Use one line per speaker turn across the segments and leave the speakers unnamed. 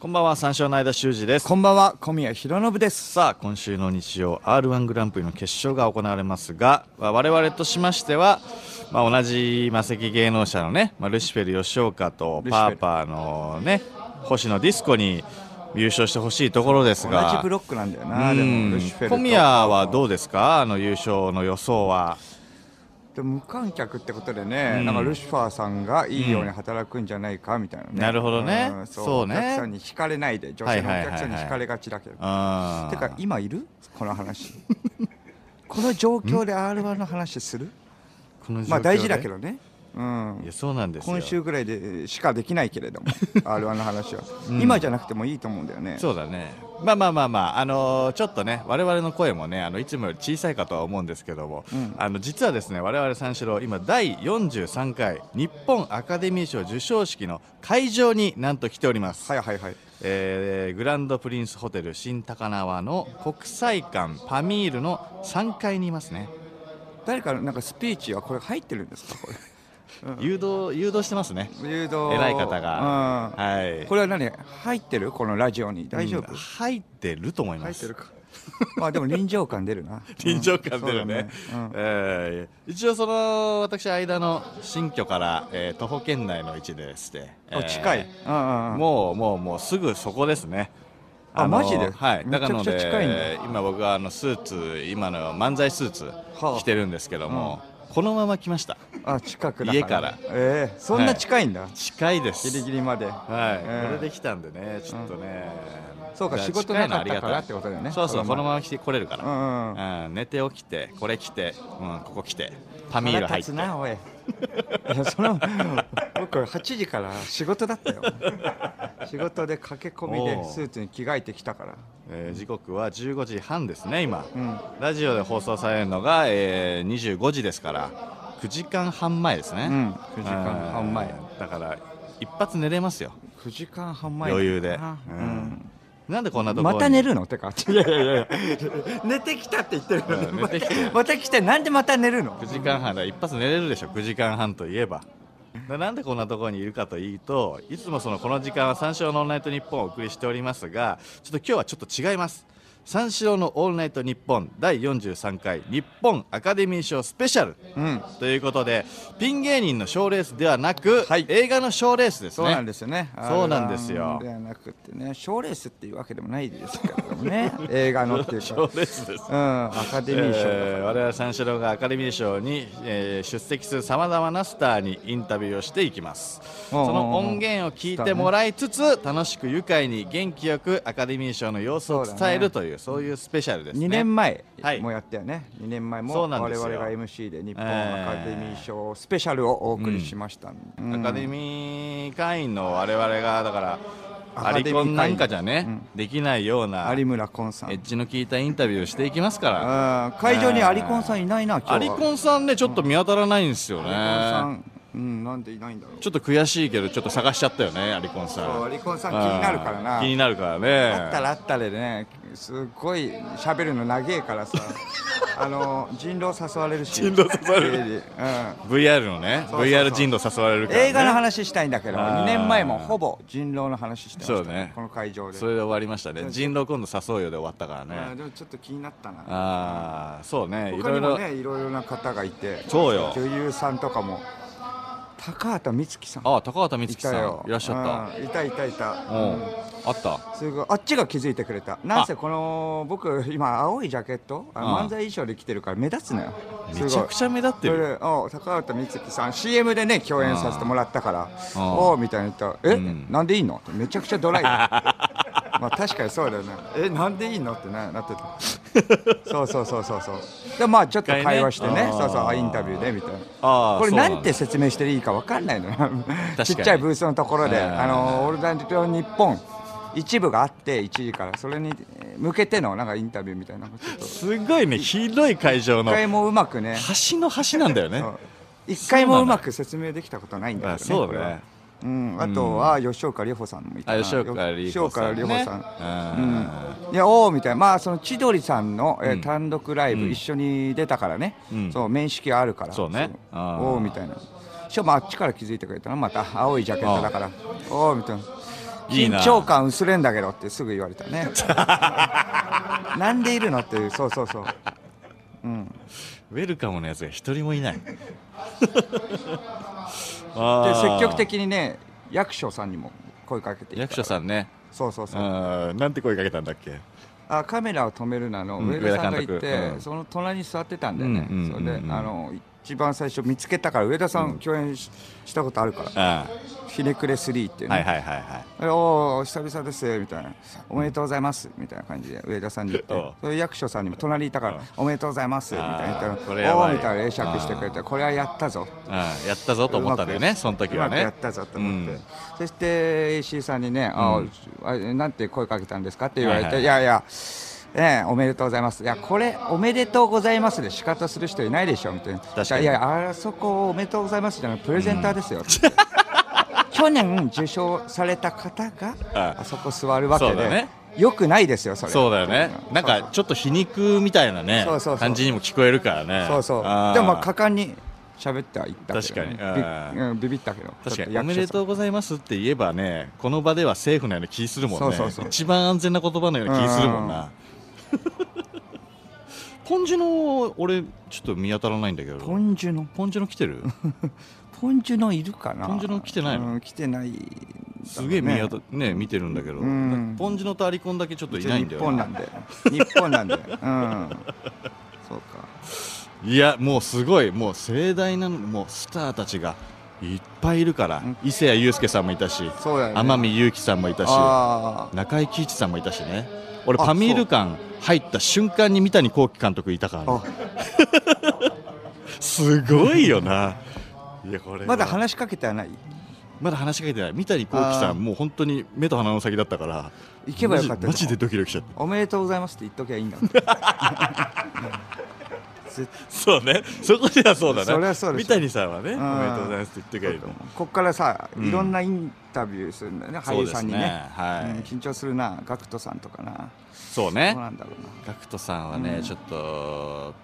こんばんは、三照の間修二です。
こんばんは、小宮弘信です。
さあ、今週の日曜 R1 グランプリの決勝が行われますが、まあ我々としましては、まあ、同じ魔石芸能者のね、まあ、ルシフェル吉岡と
ルシフ
パ
ェ
ー
ル
パーのね、星野ディスコに優勝してほしいところです
同
が、
じブロックなんだよな、
う
で
ん
も、ルシフェルと
小宮はどうですかあの優勝の予想は。
でも無観客ってことでね、
うん
なんかルシファーさんがいいように働くんじゃないかみたいなね。
なるほどね
んそう
そうね
お客さんに惹かれないで、女性のお客さんに惹かれがちだけど。
あ
てか、今いるこの話。この状況で R1 の話する
この状況で
まあ大事だけ。どね。うん
いや、。そうなんですよ。
今週ぐらいでしかできないけれども、R1 の話は。今じゃなくてもいいと思うんだよね。
そうだね。まあまあまあまあ、あのーちょっとね、我々の声もね、あのいつもより小さいかとは思うんですけども、
ん
あの実はですね、我々三四郎、今、第43回日本アカデミー賞授賞式の会場になんと来ております。
はいはいはい。
えーグランドプリンスホテル新高輪の国際館パミールの3階にいますね。
誰かのなんかスピーチはこれ入ってるんですかこれ
誘導、誘導してますね。
誘導
偉い方が。
うん
はい。
これは何入ってるこのラジオに大丈夫、
うん入ってると思いま
入っ
す
てる。かまあでも臨場感出 るな
臨場感出るね,、
うんそうだね
えー一応その私間の新居から、えー徒歩圏内の位置でして、
うん
え
あ
ー
近い、うんうんうん
もうもうもうすぐそこですね
あ
の
マジで
はい
めちゃくちゃ近いんだ
だからので今僕はあのスーツ今の漫才スーツ
あ
着てるんですけども、このまま来ました
あ近くだ
家から
ええそんな近いんだ、
近いです
ギリギリまで
はい、
えー
これできたんでねちょっとね、
そうか
だ
仕事
近い
な
の
か
あ
っ
りが
た
た
か
い
らってことだよね
そうそうこのま
ま
ま来てこれるから、
うんうんうん
うん、寝て起きてこれ来て、うん、ここ来てパミール入って
腹立つなおいいやその僕8時から仕事だったよ仕事で駆け込み
お
で
う
スーツに着替えてきたから
えー時刻は15時半ですね今、
ん
ラジオで放送されるのが、えー25時ですから9時間半前ですね、
うん9時間半
う
前
んだから一発寝れますよ
9時間半前だ
余裕で、
う
うん
ん
なんでこんなところ
ま
に
た寝るのてかいやいやいや寝てきたって言ってる のに、
うん寝てきて
また来てなんでまた寝るの
9時間半だ一発寝れるでしょ9時間半といえばななんでこんなところにいるかというといつもそのこの時間は三四郎の「オールナイトニッポン」をお送りしておりますがちょっと今日はちょっと違います三四郎の「オールナイトニッポン」第43回日本アカデミー賞スペシャル
うん
ということでピン芸人の賞ーレースではなく、映画の賞ーレースですね
そうなんですよね
そうなんですよ
R1 ではなくてね賞レースっていうわけでもないですけれども ね映画のっていう
賞
か
ーレースです
うんアカデミー賞だから
えー我々三四郎がアカデミー賞に、えー出席するさまざまなスターにインタビューをしていきますそ
うんうんうん
の音源を聞いてもらいつつ、楽しく愉快に元気よくアカデミー賞の様子を伝えるというそう,、いうスペシャルですね
2年前
はい
もやったよね、2年前も
そう
我
なん
々
ですよ
が MC で日本
えー
アカデミー賞スペシャルをお送りしました、うん
アカデミー会員の我々がだからア
アカデミー会員
リコンなんかじゃね、
うん
できないような
有村昆さん
エッジの効いたインタビューをしていきますから
あー会場にアリコンさんいないな今日は
アリコンさんねちょっと見当たらないんですよね
アリコンさん、うん、なんでいないんだろう
ちょっと悔しいけどちょっと探しちゃったよねアリコンさん
そうアリコンさん気になるからな
あー気になるからね
あったらあったでねすっごい喋るの長え からさあの人狼誘われるし
人狼誘われる
家にうん、
VR のね
そうそう
VR 人狼誘われるから、ね、
映画の話したいんだけど
あー
2年前もほぼ人狼の話してました、
そうね
この会場で
それで終わりましたね人狼今度誘うよで終わったから
あー
ね
でもちょっと気になったな
ああそうねい
他
ろ
に
い
も
ろ
ねいろいろな方がいて
そうよ
女優さんとかも高畑充希さん
ああ高畑
い
充希さ
たよ
んいらっしゃっ
うんいたいたいた
たうん
うん
あった
すごいあっちが気づいてくれたなんせこの僕今青いジャケットあ
ああ
漫才衣装で着てるから目立つのよ
めちゃく
ゃ
ちゃ目立って
それ
る
でお高畑充希さん CM でね共演させてもらったか
あ
ら
あ
おおみたいに言ったら「え、
うん
なんでいいの?」ってめちゃくち ゃドライだまあ確かにそうだよね「えなんでいいの?」ってななってた そうそうそうそうそうでまあちょっと会話してね
一回ね
そうそう
ああ
あインタビューでみたいな
ああ
これ
そうな
なん
だ
んて説明していいかわかんないのよ
に
ちっちゃいブースのところで「
うん
あのオールナイトニッポン」一部があって1時からそれに向けてのなんかインタビューみたいなちょっと
すごいね広い会場
一
の
回もうまくね
端の端なんだよね
そう一回もうまく説明できたことないんだ
あ
けど
そ
ねこ
う
れは
ね
うん、あとは吉岡里帆さんもいた
あ
な
吉岡里
吉
帆さ
岡
ん、ね、
里帆さん
うん
いやおーみたいな、まあ、その千鳥さんの、えー
うん
単独ライブ、
うん
一緒に出たからね、
うん
そう面識があるから、
そうね
そ
あー
おーみたいな、しかもあっちから気づいてくれたの、また青いジャケットだから、おーみたいな、
いいな
緊張感薄れんだけどってすぐ言われたね なんでいるのっていうそうそうそう
ウェルカムのやつが一人もいない で
で積極的にね役所さんにも声かけていた
役所さんね
そうそうそう、
うんなんて声かけたんだっけ
あカメラを止めるなの
うん
上田さんがいて、
上田監督うん
その隣に座ってたんだよね、
うんうんうんうん
それであの一番最初見つけたから上田さん共演し,、たことあるから
あ
「ひねくれ3」っていう
あ
ね、
はいはいはいはい
でおお久々ですみたいなおめでとうございますみたいな感じで上田さんに言っ
おう
てそれ役所さんにも隣にいたからおめでとうございますみたいな言
あー
った
これ
ら
や
おお
ば
ー
い
みたいな会釈してくれてこれはやったぞ
ああやったぞと思ったんだよ
う
ね
まく
その時はね
うまくやったぞと思って、
うん
そして AC さんにね「ああなんて声かけたんですか?」って言われて「
はい
い
はい
やいや、ええおめでとうございます」「いやこれおめでとうございます」で仕方する人いないでしょみたいな
確かに
いやいやあそこをおめでとうございます」じゃなくてプレゼンターですよ、 去年受賞された方が
ああ
あそこ座るわけ
そうだ
で、
ね
よくないですよそれ
そうだよねなん
そう
かちょっと皮肉みたいなね
そうそうそう
感じにも聞こえるからね
そうそう
ああ
でもまあ果敢に喋ってはいったけどね、
確かに
びうんビビったけど
確か
ちょっ
におめ
役
で
所さん
とうございますって言えばねこの場ではセーフなような気するもんね
そうそうそう
一番安全な言葉のような気するもんな ポンジュの俺ちょっと見当たらないんだけど
ポンジュの
ポンジュの来て る
ポンジュのいるかな
ポンジュの来てないの
うん、来てない、
すげえ見当たね見てるんだけど
ん
なんかポンジュのとアリコンだけちょっといないんだ
日
よ
本な
なん
で日本なんでうんそうか
いやもうすごいもう盛大なもうスターたちがいっぱいいるから伊勢谷友介さんもいたし
そうだよね
天海祐希さんもいたし
あ
中井貴一さんもいたしね俺
あ
パミール館入った瞬間に三谷幸喜監督いたから、ね
あ、
すごいよないやこれは
まだ話しかけてはない
まだ話しかけてない三谷幸喜さ
あー
んもう本当に目と鼻の先だったから
行けばよかった
マジマジでドキドキしちゃった
おめでとうございますって言っときゃいいんだ 絶
そうねそこではそうだね
それはそう
三
でしょ
谷さんはねお
ん
めでとうございますって言ってくれる
こっからさ
ん
いろんなインタビューするんだよね、
そ
俳
う
優
で
さ
す
んに
ね
ね
はい
うん緊張するなガクトさんとかな
そう
ど
ね
うなんだろうな
GACKT さんはね、
うん
ちょっと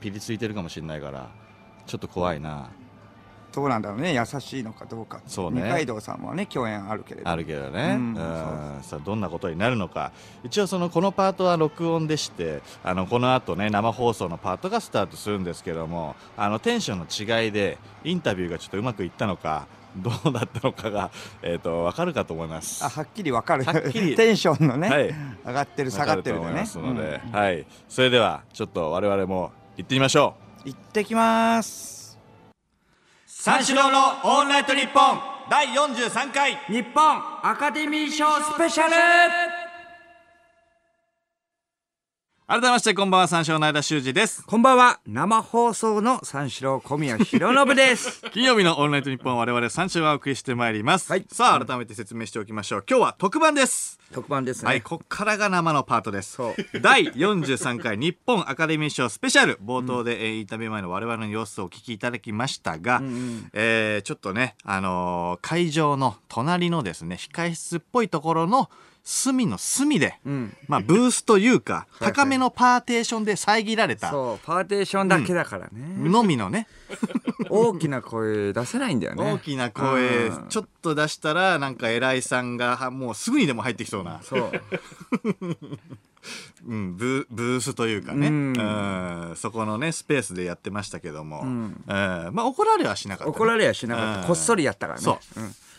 ピリついてるかもしれないからちょっと怖いな
どうなんだろうね優しいのかどうか
そうね
二階堂さんはね共演あるけれど
あるけどね、う
うんんそう
さあどんなことになるのか一応そのこのパートは録音でしてあのこの後ね生放送のパートがスタートするんですけどもあのテンションの違いでインタビューがちょっとうまくいったのかどうだったのかが、 えー、と分かるかと思います。
あはっきりわかる
はっきり
テンションのね、
はい
上がってる下がってる
分
で
か
ね
ると思いますので、はい、それではちょっと我々も行ってみましょう
うん行ってきます
三四郎のオールナイトニッポン第43回
日本アカデミー賞スペシャル
改めましてこんばんは三照の間修二です
こんばんは生放送の三四郎小宮浩信です
金曜日のオンライトニッポン我々三週はお送りしてまいります、
はい
さあ改めて説明しておきましょう今日は特番です、
特番ですね、
はいこっからが生のパートです第43回日本アカデミー賞スペシャル冒頭で、えーインタビュー前の我々の様子をお聞きいただきましたが、えーちょっとねあのー会場の隣のですね控室っぽいところの隅の隅で、まあブースというか高めのパーテーションで遮られた
そうパーテーションだけだからね、
のみのね
大きな声出せないんだよね
大きな声
うん
ちょっと出したらなんか偉いさんがはもうすぐにでも入ってきそうな、
そう
うん、ブブースというかね、う、
うん
そこのねスペースでやってましたけども、うんまあ怒られはしなかったね、
怒られやしなかった、
うん
こっそりやったからね
そう、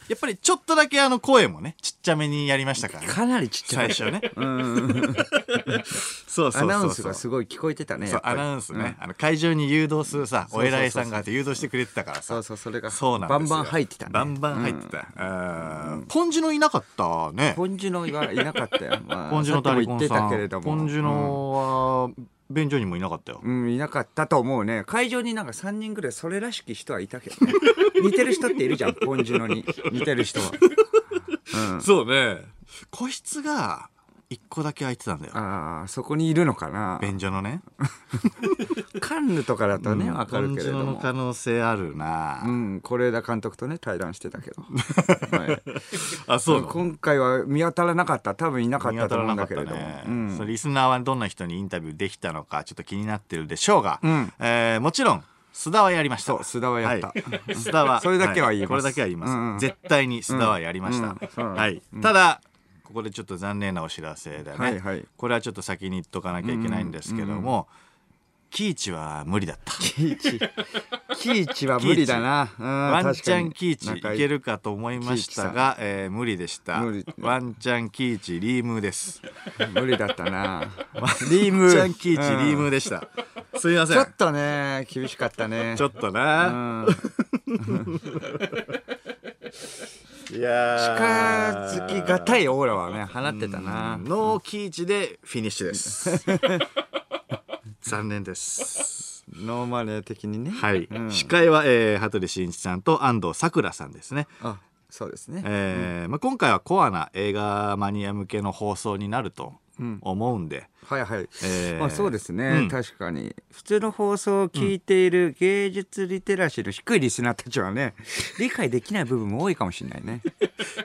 やっぱりちょっとだけあの声もねちっちゃめにやりましたから、ね、
かなり ちっち
最
ゃい
初 ね、そうそうそうそう
アナウンスがすごい聞こえてたね
そう
やっぱ
ア
り
ナウンスね、あの会場に誘導するさ
う
お
そうそうそう
偉いさんがあって誘導してくれてたからさ
そうそうそれが
そうなんですよ
バンバン入ってたね
バンバン入ってた、うん、ポンジュのいなかったね
ポンジュのいはいなかったよ、まあ
ポンジュの
さっ
大
きも言っ
根
て
さ
た
ん
けれども
ポンジュのは便所にもいなかったよ、
うん、いなかったと思うね。会場になんか3人ぐらいそれらしき人はいたけどね。似てる人っているじゃん、ポンジュのに。似てる人は。
そうね個室が一個だけ空いてたんだよ
ああ、そこにいるのかな。
便所のね
カンヌとかだとね、わかる
ポン
けれど
ジュの
も。
可能性あるな、
うん、是枝監督とね、対談してたけど。はい
あそうなの
今回は見当たらなかった。多分いなかっ
見
た
当
と
たら
思うん
なか
だ
っ
け
た
れども
ね。、
うん
それリスナーはどんな人にインタビューできたのかちょっと気になってるでしょうが、
ん
えーもちろん須田はやりました
そう須田はやった
い須田は
それだけは言います
これだけは言います、
うんうん
絶対に須田はやりました、
うんうんそう
はい、ただここでちょっと残念なお知らせだね、
はいはい
これはちょっと先に言っとかなきゃいけないんですけども、キイチは無理だった
キイチキイチは無理だなうん
ワンチャン
確か
キ
に
イチいけるかと思いましたが、えー無理でした
無理
ワンチャンキイチリームーです
なんか無理だったな
リ
リーム
ワンチャンキイチリ
うん
ームーでした、すいませ
ちょ
ん
っとね厳しかったね
ちょっとな、
うん
いや
近
ー
づきがたいオーラはね放ってたな
ノーキーチでフィニッシュ です。残念です。
ノーマネー的にね
はい、
うん
司会は、えー、羽鳥慎一さんと安藤サクラさんですね。
あそうですね
えーまあ、今回はコアな映画マニア向けの放送になると思うんで、
はいはい、
えー
まあ、そうですね、
うん
確かに普通の放送を聞いている芸術リテラシーの低いリスナーたちは ね理解できない部分も多いかもしれないね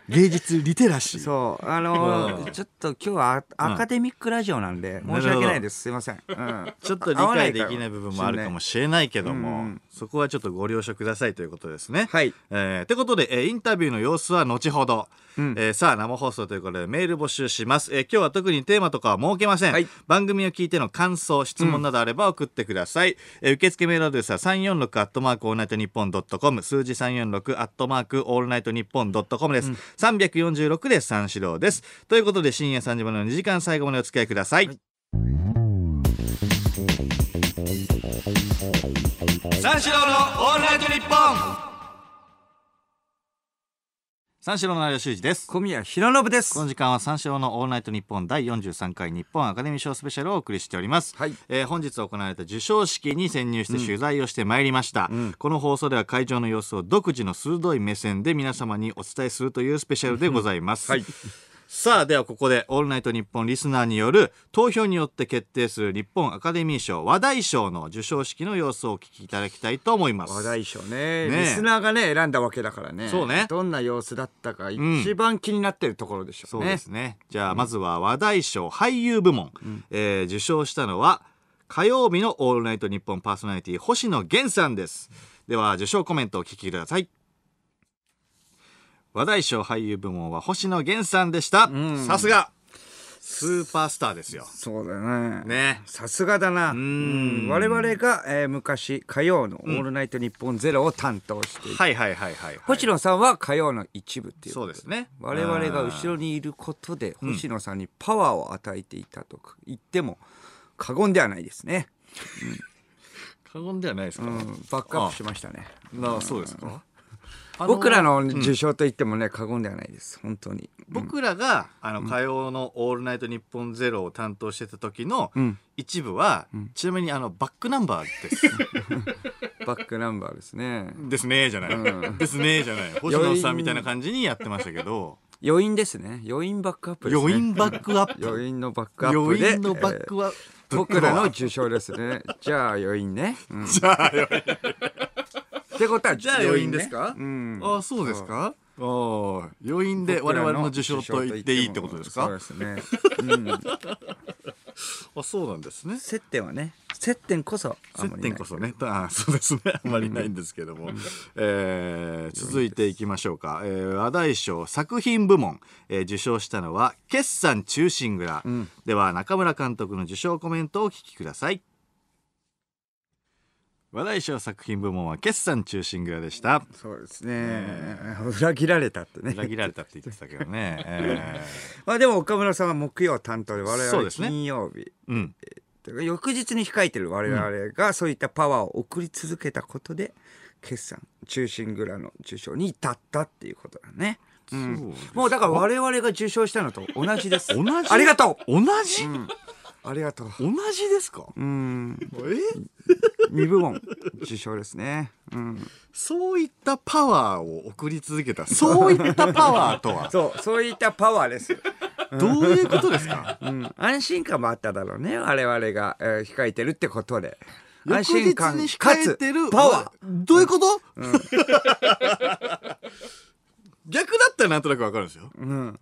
芸術リテラシー
そうあのー
うん
ちょっと今日はアアカデミックラジオなんで、申し訳ないですすいません、うん、
ちょっと理
合わ
解
か
で
ら
きない部分もあるかもしれないけども、そこはちょっとご了承くださいということですね。
はい
えー、てことで、えーインタビューの様子は後ほど、えーさあ生放送ということでメール募集します、えー今日は特にテーマとかは設けません、
はい
番組を聞いての感想質問などあれば送ってください、えー受付メールアドレスは346アットマークオールナイトニッポンドットコム数字346アットマークオールナイトニッポンドットコムです、346で三四郎ですということで深夜3時までの2時間最後までお付き合いください、
三四郎のオールナイトニッポン
三四郎の有吉修二です
小宮浩信です
この時間は三四郎のオールナイトニッポン第43回日本アカデミー賞スペシャルをお送りしております、
はい
えー本日行われた授賞式に潜入して取材をしてまいりました、この放送では会場の様子を独自の鋭い目線で皆様にお伝えするというスペシャルでございます、
はい
さあではここで「オールナイトニッポン」リスナーによる投票によって決定する日本アカデミー賞話題賞の授賞式の様子をお聞きいただきたいと思います
話題賞ね
ねえ
リスナーがね選んだわけだからね
そうね
どんな様子だったか一番気になってるところでしょ
そうう
ね、
ですねじゃあまずは話題賞俳優部門、えー受賞したのは火曜日の「オールナイトニッポン」パーソナリティ星野源さんですでは受賞コメントをお聞きください話題賞俳優部門は星野源さんでした、さすがスーパースターですよ
そうだね
ね
さすがだなうん我々が、えー昔火曜の「オールナイトニッポンゼロを担当していて、
はいはいはいはい、はい、
星野さんは火曜の一部っていう
そうですね
我々が後ろにいることで星野さんにパワーを与えていたとか言っても過言ではないですね、
過言ではないですか、
うん、バックアップしましたね
なあそうですかあの
僕らの受賞と言ってもね過言ではないです本当に
僕らがあの火曜の「オールナイトニッポンゼロを担当してた時の
ん
一部は、ちなみにあのバックナンバーです。
バックナンバーですね
ですねじゃない、ですねじゃ ない星野さんみたいな感じにやってましたけど
余韻ですね余韻バックアップですね
余韻バックアップ
余韻のバックアップ
余
で
韻のバックアッ
えー
プ
僕らの受賞ですね じゃあ余韻ね、うん
じゃあ余
ってことは
じゃあ余韻ですか
余韻ねうん
韻あそうですかあー余韻で我々の受賞と言っていいってことです
そう
か
ですね
あそうなんですね
接点はね接点こそあんま
接
りない
点こそね あそうですねあんまりないんですけども、え ー続いていきましょうか、えー話題賞作品部門、えー受賞したのは「決算忠臣蔵」では中村監督の受賞コメントをお聞きください話題賞作品部門は「決算忠臣蔵」でした
そうですね裏切られたってね
裏切られたって言ってたけどね、え
まあでも岡村さんは木曜担当で我
そう
々
ですね
金曜日
ーうん
というか翌日に控えてる我々がそういったパワーを送り続けたことで決算中心蔵の受賞に至ったっていうことだね、うん
そうです
もうだから我々が受賞したのと同じです
同じ
ありがと
同じ、
うありがとう
同じですか
うん
え
2部門受賞ですね、うん、
そういったパワーを送り続けたそういったパワーとは
そうそういったパワーです、
どういうことですか
うん、安心感もあっただろうね我々が、えー控えてるってことで
翌
安
日に
心感か
控え
つ
てる
パワー
ーどういうこと、 逆だったらなんとなくわかるんですよ、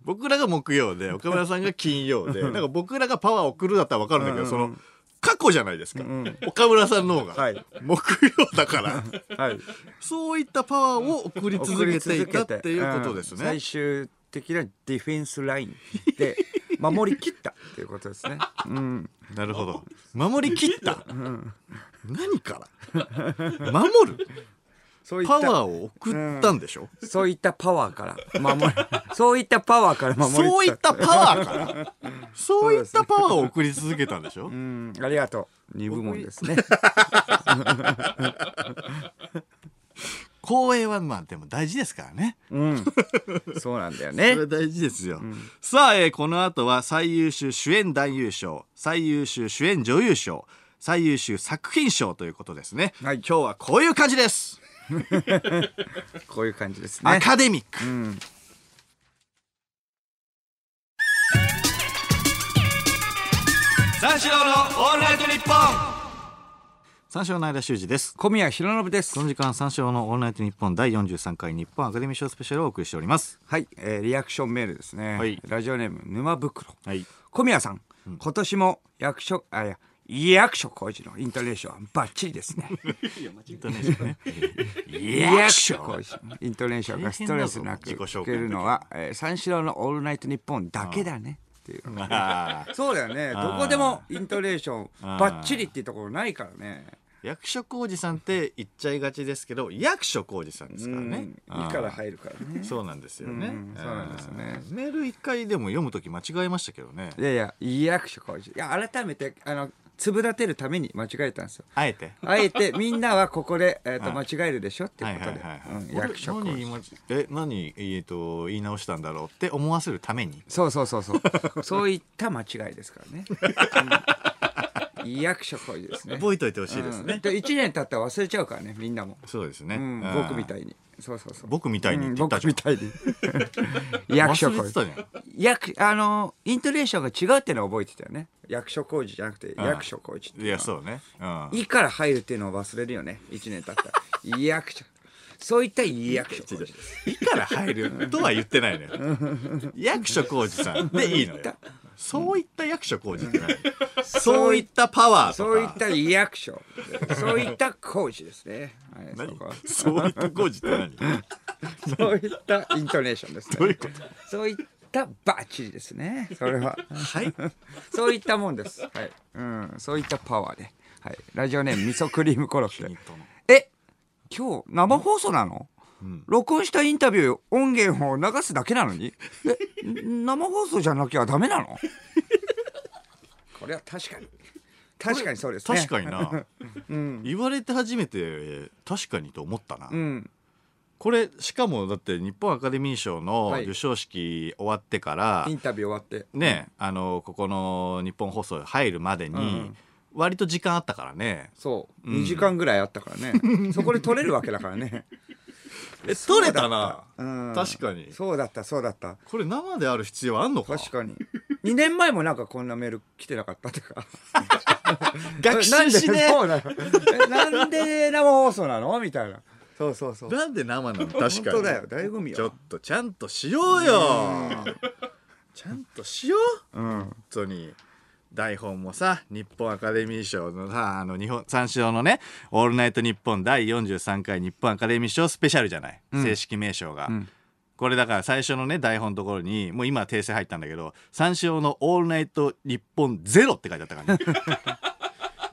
僕らが木曜で岡村さんが金曜でなんか僕らがパワーを送るだったらわかるんだけど、その過去じゃないですか、岡村さんの方が、
はい
木曜だから
はい、
そういったパワーを送り続けていたっていうことです
うん
ね
最。終的なディフェンスラインで守り切ったっていうことですね、 うん、
なるほど。守り切った。何から守る
そういっ
パワー
た
を送ったんでしょ、
そういったパワーから守り そういったパワーから守り
そうい
切
っ、たパワー からそういったパワーを送り続けたんでしょ、
うん、ありがとう二部 門ですね
光栄はまあでも大事ですからね。
うん、そうなんだよ
そ
ね
れは大事ですよ。さあ、えーこの後は最優秀主演男優賞、最優秀主演女優賞、最優秀作品賞ということですね。
はい
今日はこういう感じです。
こういう感じです
ア
ね
カデミック、
三四郎のオールナイトニッポン
三四郎の間修二です
小宮浩信です
この時間三四郎のオールナイトニッポン第43回日本アカデミー賞スペシャルをお送りしております
はい、えーリアクションメールですね、
はい
ラジオネーム沼袋
はい
小宮さん、今年も役所あいや役所工事のイントネーションバッチリですね。役所工事のイントネーションがストレスなく
大変だぞ
聞けるのは、えー三四郎のオールナイトニッポンだけだねっていう。
あー
そうだよね。どこでもイントネーションバッチリっていうところないからね。
役所広司さんって言っちゃいがちですけど役所広司さんですからね
うんいいから入るからね。
そうなんですよね、
うんそうなんですね
うんメール一回でも読むとき間違えましたけどね
いやいや役所工事いや改めてあのつぶだてるために間違えたんですよ。
あえて
あえ てみんなはここで、えー、と間違えるでしょっていうことでうん役所
俺
工
何
事
言いまえ何えーと言い直したんだろうって思わせるために
そうそうそうそう。そういった間違いですから ね。うん役所工事ですね。
覚えといてほしいですね、
うんで一年経ったら忘れちゃうからね、みんなも。
そうですね、
うん、
うん
僕みたいに。そうそうそう。
僕みたいにって言った
僕
じゃん
みたいに。 役所
忘
工
れて
事
たじ。ゃん
役、あの、イントネーションが違うっていうのは覚えてたよね。役所工事じゃなくて、役所工事って
い
いうのは
やそうね、うん、
いから入るっていうのを忘れるよね。一年経ったら。役所。そういった役所工事です。
いから入るとは言ってないのよ役所広司さんでいいのよそういった役所広司ってないそういったパワーとか
そういった役所。そういった工事ですね。はい、そ
何
こは
そういった広司って何
そういったイントネーションですね。
どういうこと
そういったバッチリですね。それは。
はい
そういったもんです。はい。うん、そういったパワーで。はい。ラジオネーム味噌クリームコロッケ。 え、今日生放送なの？録音したインタビュー音源を流すだけなのに、え、生放送じゃなきゃダメなの？ これは確かに。確かにそうですね。
確かにな、言われて初めて確かにと思ったな、
うん。
これしかもだって日本アカデミー賞の
はい
授賞式終わってから、
インタビュー終わって。
ねあのここの日本放送入るまでに割と時間あったからね、
そう、2時間ぐらいあったからねそこで取れるわけだから ね
え取れたな
うん
確かに
そうだったそうだった
これ生である必要あんのか
確かに2年前もなんかこんなメール来てなかった とか
学習しね
なんでそう なのえなんで生放送なのみたいなそうそうそう
なんで生なの確かに
本当だよ醍醐味よ
ちょっとちゃんとしようよちゃんとしよう、本当に台本もさ日本アカデミー賞のさあの日本三四郎のね「オールナイトニッポン」第43回日本アカデミー賞スペシャルじゃない、正式名称が、これだから最初のね台本のところにもう今訂正入ったんだけど「三四郎のオールナイトニッポンゼロって書いてあったからね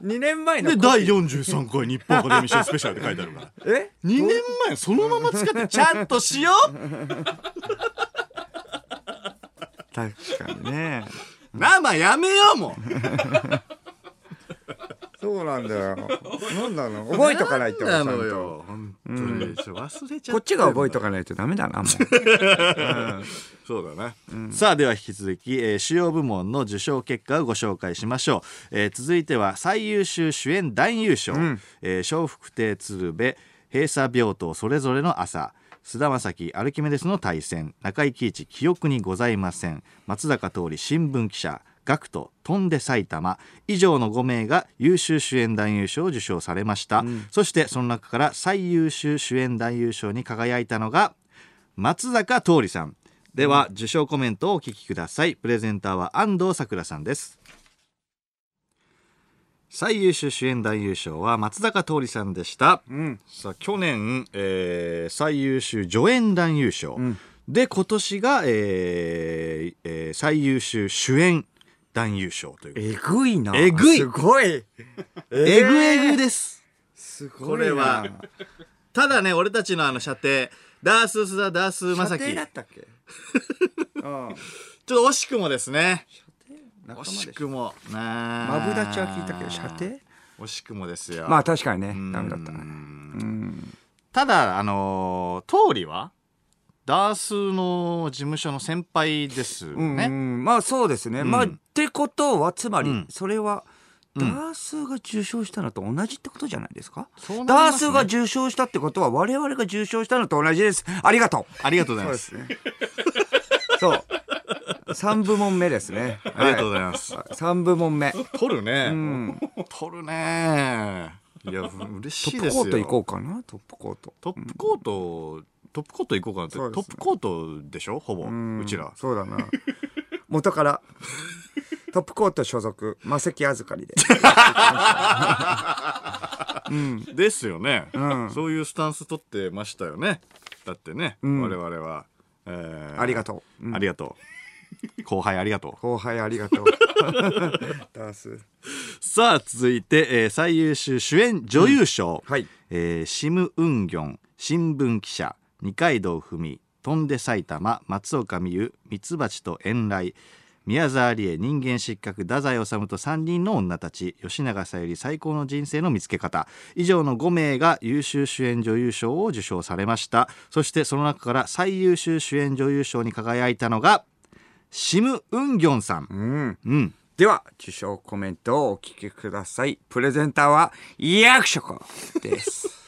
2年前の
で第43回日本アカデミー賞スペシャルって書いてあるから。
え
2年前そのまま使ってちゃんとしよう
確かにね
生やめようもう
そうなんだよなんなの覚えとかないと
な
ちゃん
の
と
よ本当にちょ忘れちゃ
こっちが覚えと
か
かないとダメだなも
そうだね、さあでは引き続き、えー主要部門の受賞結果をご紹介しましょう、えー続いては最優秀主演男優賞「えー笑福亭鶴瓶閉鎖病棟それぞれの朝」菅田将暉アルキメデスの対戦中井貴一記憶にございません松坂桃李新聞記者ガクト飛んで埼玉以上の5名が優秀主演男優賞を受賞されました、そしてその中から最優秀主演男優賞に輝いたのが松坂桃李さんでは受賞コメントをお聞きくださいプレゼンターは安藤さくらさんです最優秀主演男優賞は松坂桃李さんでした、 さあ去年、えー最優秀助演男優賞、で今年が、えーえー最優秀主演男優賞という
えぐいな。
えぐい
すごい。
えぐえぐです
すごいな。
これはただね俺たちのあの射程ダースースダダースーまさき
射
ちょ
程だ
っ
ったっ けうん。
と惜しくもですね惜しくもなあ
マブダチは聞いたけど、射程
惜しくもですよ
まあ確かにね、ダメだったな。
ただあのー、通りはダースの事務所の先輩ですよ
うん、
ね、
まあそうですね。まあってことは、つま
う
り
ん、
それは、ダースが受賞したのと同じってことじゃないですか
そうなり
ダー
ますね
スが受賞したってことは我々が受賞したのと同じです。ありがとう。
ありがとうございます
そうですね。そう。3部門目ですね。
ありがとうございます、
3部門目。
取るね、
ん
取るねいや嬉
ト
しい
ッ
で
プ
す
コ
よ
ート行こうかな、トップコート。
トップコート、トップコート行こうかなって、
そう
ト
ですね
ップコートでしょほぼう
うん
ちら
そうだな元からトップコート所属魔石預かりで
ですよね、
ん
そういうスタンス取ってましたよねだってね、
ん
我々は、えー
ありがとう、うん
ありがとう後輩ありがとう
後輩あ りがとうダース
さあ続いて、えー最優秀主演女優賞、
うんはい
えーシム・ウンギョン新聞記者二階堂ふみ飛んで埼玉松岡美優ミツバチと遠来宮沢りえ人間失格太宰治と3人の女たち吉永小百合最高の人生の見つけ方以上の5名が優秀主演女優賞を受賞されましたそしてその中から最優秀主演女優賞に輝いたのがシム・ウンギョンさん、
うん
うん、
では受賞コメントをお聞きくださいプレゼンターは役職です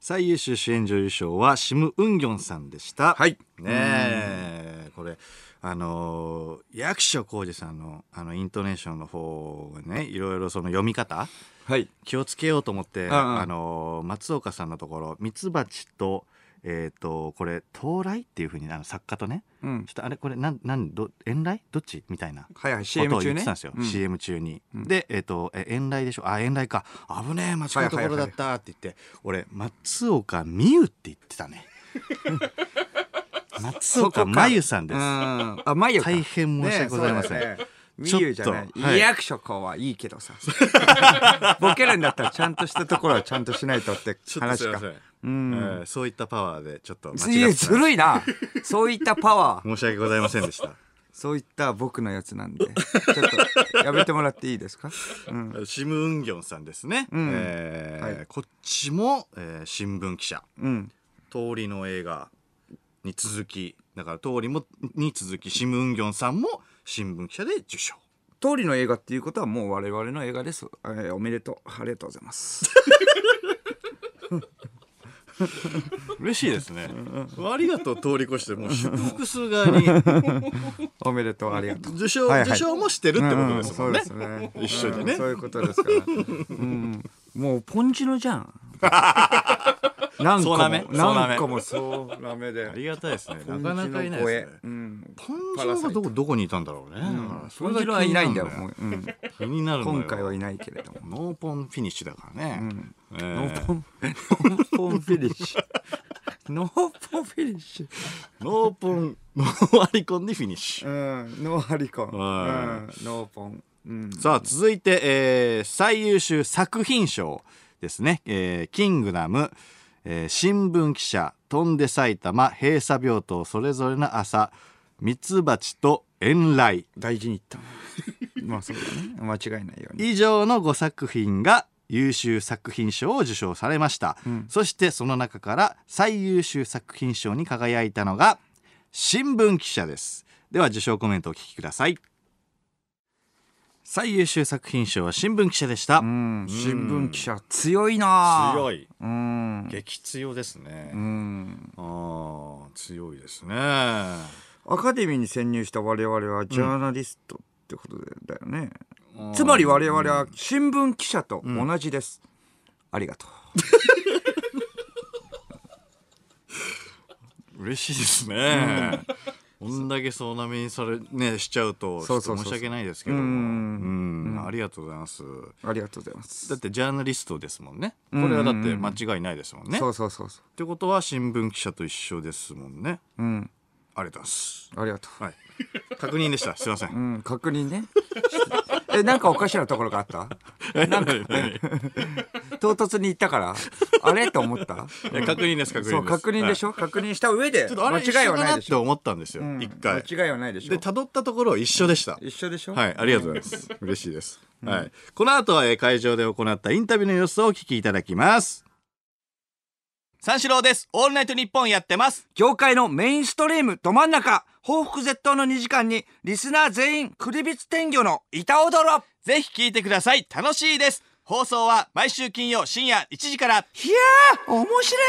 最優秀主演女優賞はシム・ウンギョンさんでした。
はい
ねえ、これ、あのー役所広司さんの、あの、イントネーションの方がね、いろいろその読み方、
はい
気をつけようと思って、
んうん
あのー松岡さんのところ、ミツバチと、えっ、と、これ、到来っていうふうに、あの、作家とね、
うん
ちょっとあれ、これ、なん、なん、ど、遠来どっちみたいな。
はいはい
ことを
CM
言っ
中
て
ね
たんですよ、
うん
CM 中に、でえっ、とえ遠来でしょあ遠来か危ねえ間違えたところだったって言って、俺松岡美優って言ってたね 松岡真優さんです
うんあまゆか
大変申し訳ございません、
ねえそうだよねみ
ちょっと
ゆじゃない
はい
役職はいいけ どさボケるんだったらちゃんとしたところはちゃんとしないとって
ちょっとす
話
いま
か
せん、
うん
えーそういったパワーでちょっと間
い
違
や
っ
ず
てた
るいなそういったパワー
申し訳ございませんでした
そういった僕のやつなんでちょっとやめてもらっていいですか、うん、
シム・ウンギョンさんですね、
ん
えー
は
こっちも、えー新聞記者
うん、
通りの映画に続きだから通りもに続きシム・ウンギョンさんも新聞記者で受賞
通りの映画っていうことはもう我々の映画です、えーおめでとうありがとうございます
嬉しいですねありがとう通り越してもう祝福する側 に
おめでとうありがとう
受賞、
はいはい
受賞もしてるってこと
う
で
ん
すもんね、
そうですね
一緒にね
うんそういうことですから、うん、もうポンジのじ ゃん何個
そう
も
なめそうなめ
何個もそうラメで
ありがたいですね
ポ
な
ン
かな
ジ
かい
の
ないで
声
すね
うん
ポンジョがどこどこにいたんだろうね、だからそ
ポ
れが気
ンジの
に
はいないんだよ
なる
もう、うん、
気になるのよ
今回はいないけれども
ノーポンフィニッシュだからね、えー
ノーポン、ノーポンフィニッシュ。ノーポンフィニッシ
ノーポンノーアリコンでフィニッシュ
ュ。うん、ノーハリコン。うん、
は
ノーポン。うん。
さあ続いて、えー最優秀作品賞ですね「えーキングダム」えー新聞記者「飛んで埼玉」「閉鎖病棟それぞれの朝」「ミツバチと遠来
大事にいったな。まあそうだね。間違いないよ」うに。
以上の5作品が優秀作品賞を受賞されました、そしてその中から最優秀作品賞に輝いたのが新聞記者ですでは受賞コメントをお聞きください最優秀作品賞は新聞記者でした、
うん、新聞記者強いな。い。
い
うん。
激強ですね、
うん、
ああ強いですね
アカデミーに潜入した我々はジャーナリストってことだよね、つまり我々は新聞記者と同じです、ありがとう
嬉しいですね、こんだけそうなめにされねしちゃうとち
そ
ょっ
うそ
と
う
申
そう
し
そう
訳ないですけども
うん
うんありがとうございます
ありがとうございます
だってジャーナリストですもんねこれはだって間違いないですもんね、
そ
っ
うそうそうそ
てことは新聞記者と一緒ですもんね
ううん
ありがとうございます
ありがと
はい確認でしたすいません
ううん確認ねえなんかおかしなところがあった
なんかい
唐突に行ったからあれと思った
や確認です確認です
そう確認でし
ょ、
ょ、確認した上で
はいちょっとあ
間
れ一緒
違いは
か
ない
なっ
でしてょ
思ったんですよ
うん
一、回
間違いはないでし
で
ょ
辿ったところ一緒でした
一緒でしょ
はい、ありがとうございます。 嬉しいです。はい、この後はえー会場で行ったインタビューの様子をお聞きいただきます。
三四郎です。オールナイトニッポンやってます。
業界のメインストリームど真ん中報復絶倒の2時間にリスナー全員クリビツ天魚の板踊ろ
ぜひ聞いてください。楽しいです。放送は毎週金曜深夜1時から。
いやー面白い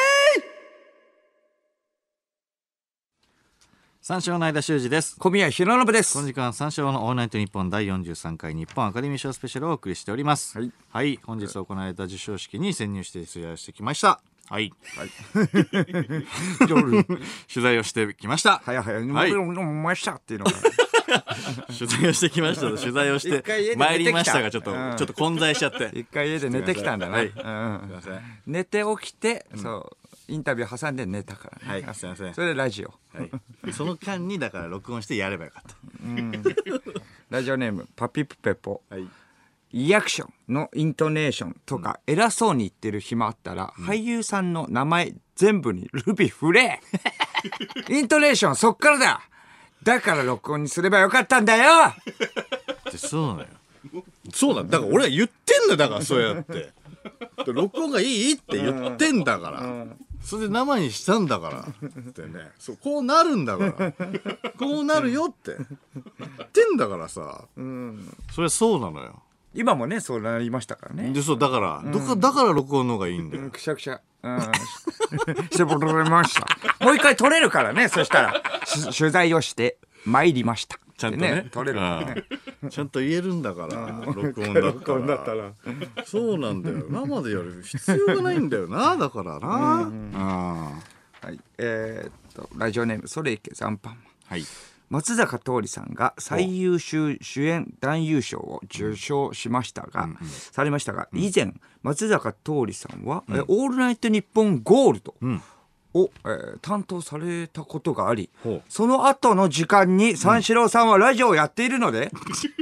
三四郎の間修二です。
小宮弘信で
この
す
時間は三四郎のオールナイトニッポン第43回日本アカデミー賞スペシャルをお送りしております。
はい、
本日行われた授賞式に潜入して取材をしてきました。はい、取材をしてきました。
はいはい
はい
もうもうましたっていうのが
取材をしてきましたと取材をし
一回家
て
で寝て
参
きた
りましたがちょっと、
うん
ちょっと混在しちゃって。
一回家で寝てきたんだな、
はい
うん
すいません。は
寝て起きて、そうインタビュー挟んで寝たからね、
はいすいません
それでラジオ
い。その間にだから録音してやればよかった。
ラジオネームパピプペポ
はい。
リアクションのイントネーションとか偉そうに言ってる暇あったら、俳優さんの名前全部にルビ振れイントネーションそっからだだから録音にすればよかったんだよ
ってそうなのよそうなのだから俺は言ってんだよだからそうやってで録音がいいって言ってんだから、それで生にしたんだからってねそうこうなるんだからこうなるよって言ってんだからさ、それはそうなのよ
今もねそうなりましたからね
でそうだから、どかだから録音の方がいいんだよ、
くしゃくしゃうん してもらいましたもう一回撮れるからねそしたらし取材をして参りました
ちゃんとね
撮れるからね
うんちゃんと言えるんだから録音だったらそうなんだよ生でやる必要がないんだよなだからな、あ
はい、えーっとラジオネームソレイケ残飯マン
ーはい
松坂桃李さんが最優秀主演男優賞を受賞しましたが、されましたが、以前松坂桃李さんは、えオールナイトニッポンゴールド」を、えー担当されたことがあり、
ほう
その後の時間に三四郎さんはラジオをやっているので、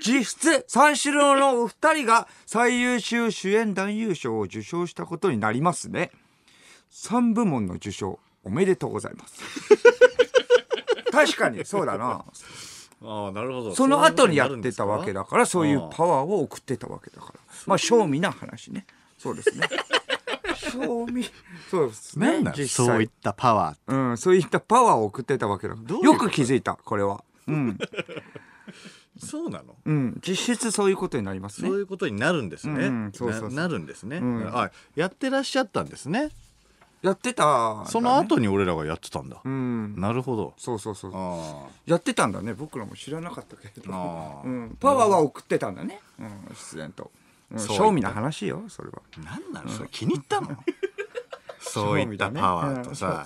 実質三四郎のお二人が最優秀主演男優賞を受賞したことになりますね3部門の受賞おめでとうございます確かにそうだな
ああなるほど
その後にやってたわけだからそういう
パ
パワーを送ってたわけだからまあ賞味な話ねそうですね賞味そうですね実
そうい
際
ったパワー
うん、そういったパワーを送ってたわけだから
どういう
よ
こと
く気づいたこれはうん、
そうなの
うん、実質そういうことになりますね
そういうことになるんですね、
うんそうそうそう
ななるんですね、あやってらっしゃったんですね
やってたんだね
その後に俺らがやってたんだ、
うん
なるほど
そうそうそう
あ
やってたんだね僕らも知らなかったけれ
ー
ど、
あ
う
ー、
ん、パワーは送ってたんだね、うん、必然と、うん、
そう
賞味な話よそれは
なんなのそれ気に入ったの そういったパワーとさ、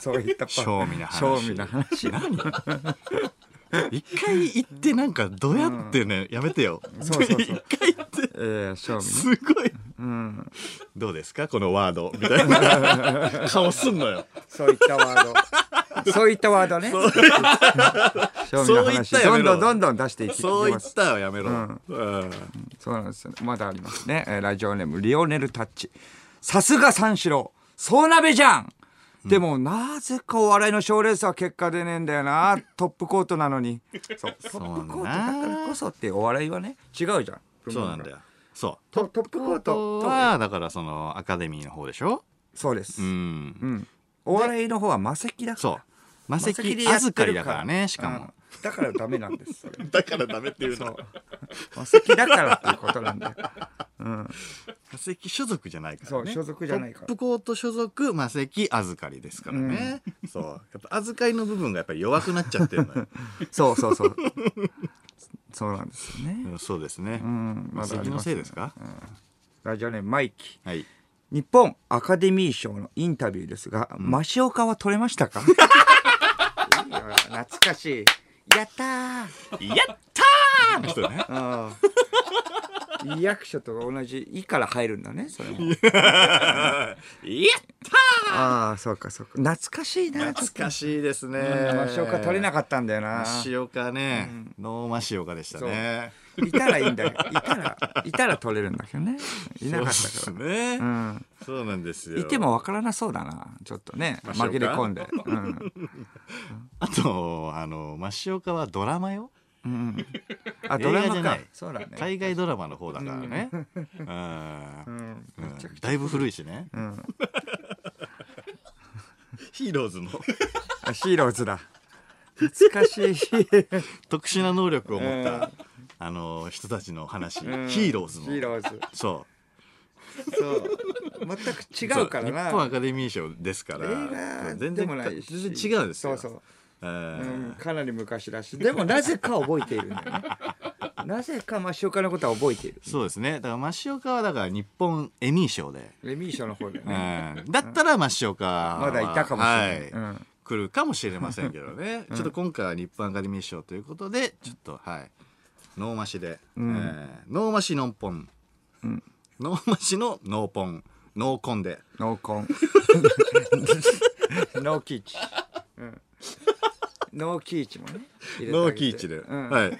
賞味だねうんそ
賞
うそうい
味
っ
な
たパワー
話
賞味な話
何一回行ってなんかどうやってね、やめてよ
そうそうそう
一回行って
えー、賞味ね
すごい、どうですかこのワードみたいな 顔すんのよ
そういったワー ドそういったワードね
そういっ
賞味の話
たや
ど
め
ん
ろ
どんどんどん出していき
そう言
いきま
っ
す
たらやめろ、うん
そうなんですよ、ね、まだありますね、えーラジオネームリオネルタッチさすが三四郎そう鍋じゃんでも、なぜかお笑いの賞レースは結果出ねえんだよなトップコートなのに そうト
うなんだ
ップコートだからこそってお笑いはね違うじゃん
そうなんだよそう
トトップコート
はだからそのアカデミーの方でしょ
そうです、
う
うん
ん
お笑いの方は魔石だから
そう魔
魔
石
石でやって
預か
る
りだからねしか
う
も
ん、だからダメなんですそれ
だからダメっていうの
魔石だからっていうことなんだよ
魔石所属じゃないからね
そう所属じゃないから
トップコート所属魔石預かりですからね、そうやっぱ預かりの部分がやっぱり弱くなっちゃってるのよ
そうそうそう そうなんですよね
うんそうですね、
ん
魔
ま
石
だありますね
のせいですか、
ラジオネームマイキー
はい
日本アカデミー賞のインタビューですが、マシオカは取れましたかいや懐かしいやった
や
ー
ったーの人ね
役所と同じ「い」から入るんだねそれも
や
ああそうかそうか懐かしいなちょっ
懐かしいですね
と生消化取れなかったんだよな
塩化ね、ノーマ塩化でしたね
いたらいいんだよいたらいたら取れるんだけどねいなかったから
そうですね、
ん
そうなんですよ
いてもわからなそうだなちょっとね
あそうか
紛れ込んで、うん、
あとあのマシオカはドラマよ
あ
映画
ドラ
じゃ
マ
な
か
い
そうだね、
海外ドラマの方だからね、うんうんだいぶ古いしね、 ヒーローズの
あヒーローズだ懐か しいヒー
特殊な能力を持った、あの人たちの話、ヒーローズの
ローズ
そ
そう
う
全く違う
そ
から
う日本ア
な
カデミー賞ですから
映画
全
で
然
もないし
全然違うんですよ
そうそう
えー
うんかなり昔だしでもなぜか覚えているんだ よねなぜかマシオカのことは覚えている
そうですねだから増岡はだから日本エミー賞で、
レミー賞の方だよ
う
ね
ん、だったら増岡は
まだいたかもしれない
は
うん
来るかもしれませんけど ね、ちょっと今回は日本アカデミー賞ということでちょっとはいノーマシで、えーノーマシノンポン、ノーマシのノーポンノーコンで
ノー コンノーキーチ、うんノーキーチもね入れてあげて
ノーキーチで、
うん
はい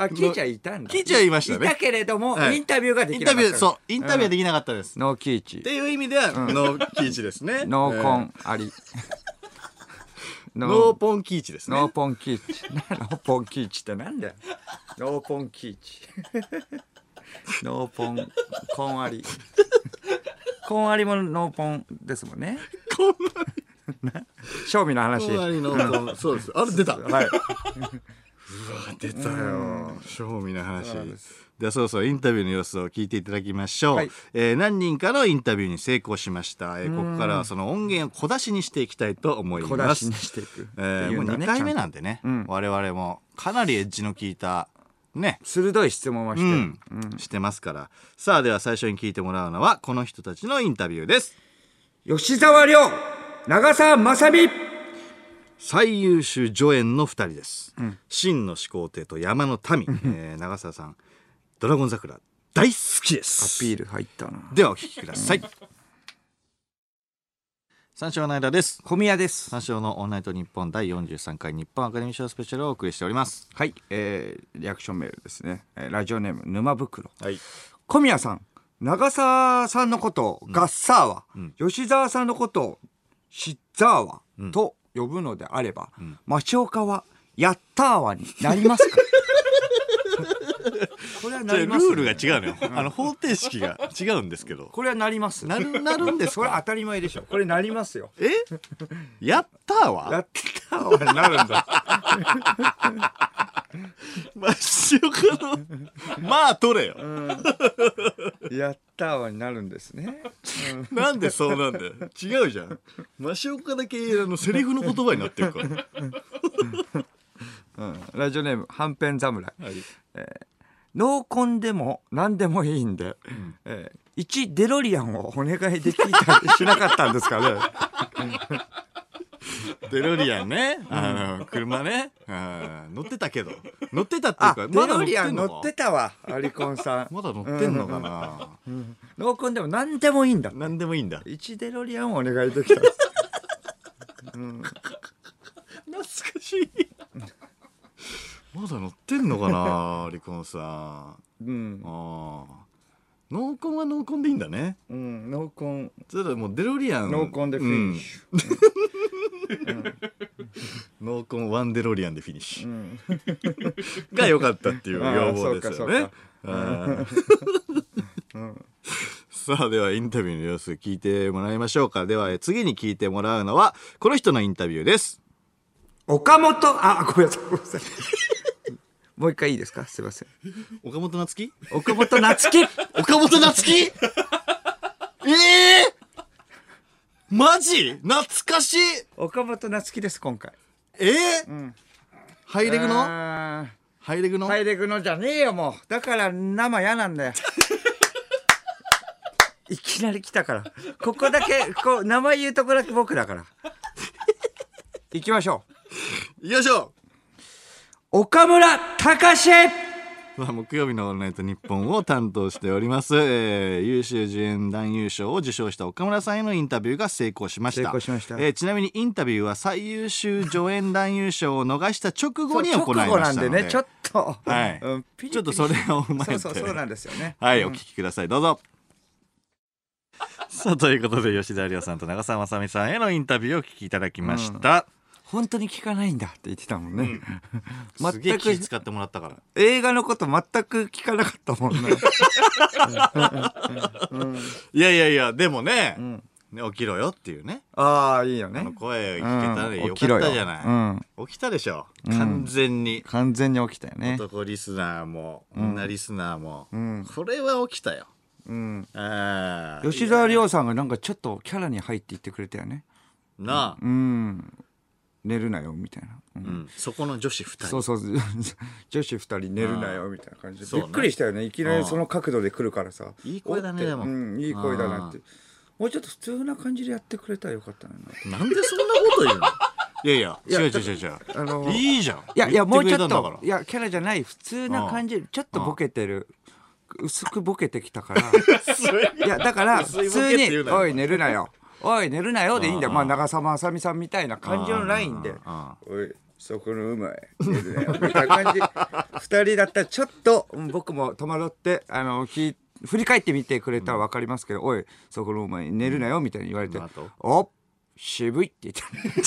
あキーチはいたんだ
キーチはいましたね
いたけれども、
はい
インタビューがで
イ
き
ン
なか
タ
った
ビューそうインタビューはできなかったです、
ノーキー
っ
チ
ていう意味では、ノーキーチです ね。
ノーコ
えー
ンあり
ノーポンキーチですね。
ノーポンキーチ。なノーポンキーチってなんだよ。ノーポンキーチ。ノーポン、コンあり。コンありもノーポンですもんね。賞味の話。
ポン
は
あ
い。
りノー ポンそうです。あれ出た。出たよ。賞味の話。ではそろそろインタビューの様子を聞いていただきましょう、
はい
えー何人かのインタビューに成功しました、えーここからはその音源を小出しにしていきたいと思います
小出しにしていくって
え
い
ーも
う
うん
だね
2回目なんでね、我々もかなりエッジの効いたね
鋭い質問は
う
してる。
ん、してますからさあでは最初に聞いてもらうのはこの人たちのインタビューです
吉沢亮、長澤まさみ。
最優秀助演の2人です、真の始皇帝と山の民、えー長澤さん「ドラゴン桜」大好きです
ビール入ったな。
ではお聞きください、三章の間です
小宮です。
三章のオンナイト日本第43回日本アカデミー賞スペシャルをお送りしております
はい、えー、リアクションメールですね。えーラジオネーム沼袋。
はい
小宮さん長澤さんのことをガッサーは、吉沢さんのことをシッザーは、と呼ぶのであれば、町岡はヤッターワになりますか これはなり
ル
ます、
ールが違うのよ、 あの方程式が違うんですけど
これはなります
なるなるんです
これ当
か
たり前でしょこれなりますよ
えやった
ヤ
わ
ッターワになるんだ
真っ白かのまあ取れよ、
ヤッターワになるんですね
なんでそうなんだよ違うじゃん真岡だけあのセリフの言葉になってるから
うんラジオネームはんぺん侍、えー濃紺でも何でもいいんで、えー一デロリアンをお願いできたりしなかったんですか ね
デロリアンねあの車ねうん乗ってたけど乗ってたっていう
あ
か
デ
まだ
ロ
乗って
リア
ん
ン
の
乗
か
ってたわアリコンさん
まだ乗ってんのかな、
濃紺でも何でもいいんだ
何でもいいんだ
一デロリアンをお願いできたり
懐かしいまだ乗ってんのかな離婚さんあ
うん、
あ濃紺は濃紺でいいんだね
うん、濃紺
それだもうデロリアン
濃紺でフィニッシュ、
うん濃紺ワンデロリアンでフィニッシュ、
ん
が良かったっていう要望ですよ
あ
ね
あ
あーさあではインタビューの様子聞いてもらいましょうかではえ次に聞いてもらうのはこの人のインタビューです
岡本あごめんなさいごめんなさい もう一回いいですかすいません
岡本夏樹
岡本夏樹
岡本夏樹 ええマジ懐かしい
岡本夏樹です今回
えーハイレグの
あー
ハイレグの、
ハイレグのじゃねえよもうだから生嫌なん だよいきなり来たからここだけこう名前言うとこだけ僕だから行きましょ
よいしょ
う岡村隆史
さあ木曜日の「オールナイトニッポン」を担当しております、えー優秀助演男優賞を受賞した岡村さんへのインタビューが成功しました
成功しました
えーちなみにインタビューは最優秀助演男優賞を逃した直後に行い
直
ましたので
後なんでねちょっと、
はい
うんピリピリ
ちょっとそれを踏まえて
そうそうそうなんですよね
はい、
うん
お聞きください。どうぞ。さあ、ということで、吉田亮さんと長澤まさみさんへのインタビューをお聞きいただきました。
本当に聞かないんだって言ってたもんね、
すげえ
全
気
く
使ってもらったから。
映画のこと全く聞かなかったもんね
いやいやいや、でもね、
ん
ね起きろよっていうね。
ああいいよ
あ
ね
の声聞けたら
うん
よ
起きろ
かっ
よ
たじゃない。
うん
起きたでしょ、完全に。
完全に起きたよね
男リスナーも、女リスナーも、
ん
これは起きたよ。
うん
あー
吉沢亮さんがなんかちょっとキャラに入っていってくれたよね
なあ、
うん寝るなよみたいな、うん
うんそこの女子二人。
そうそう 女子2人寝るなよみたいな感じ
そ
で、
うね
びっくりしたよねいきな
うん
りその角度で来るからさ
いい声だね
おって
でも
うん、いい声だなってもうちょっと普通な感じでやってくれたらよかったのにな
なんでそんなこと言うの いやいや、違う違う違う違う。
あの
いいじゃん。
いやいやも
言
う
て
ち
く
ょ
れ
った
んだから
といやキャラじゃない普通な感じ、ちょっとボケてる、薄くボケてきた から いやだから
薄いボケ
普通
って
に
言う
「
なよ
おい寝るなよ」「おい寝るなよ」でいいんだよ、
うん
まあ、長澤まさみさんみたいな感じのラインで
うん
「おいそこのうまい寝るなよ」みたいな感じ二人だったらちょっとうん僕も戸惑ってあの聞い振り返ってみてくれたら分かりますけど「おいそこのうまい寝るなよ」みたいに言われて
うんあと
「お渋い」って言った。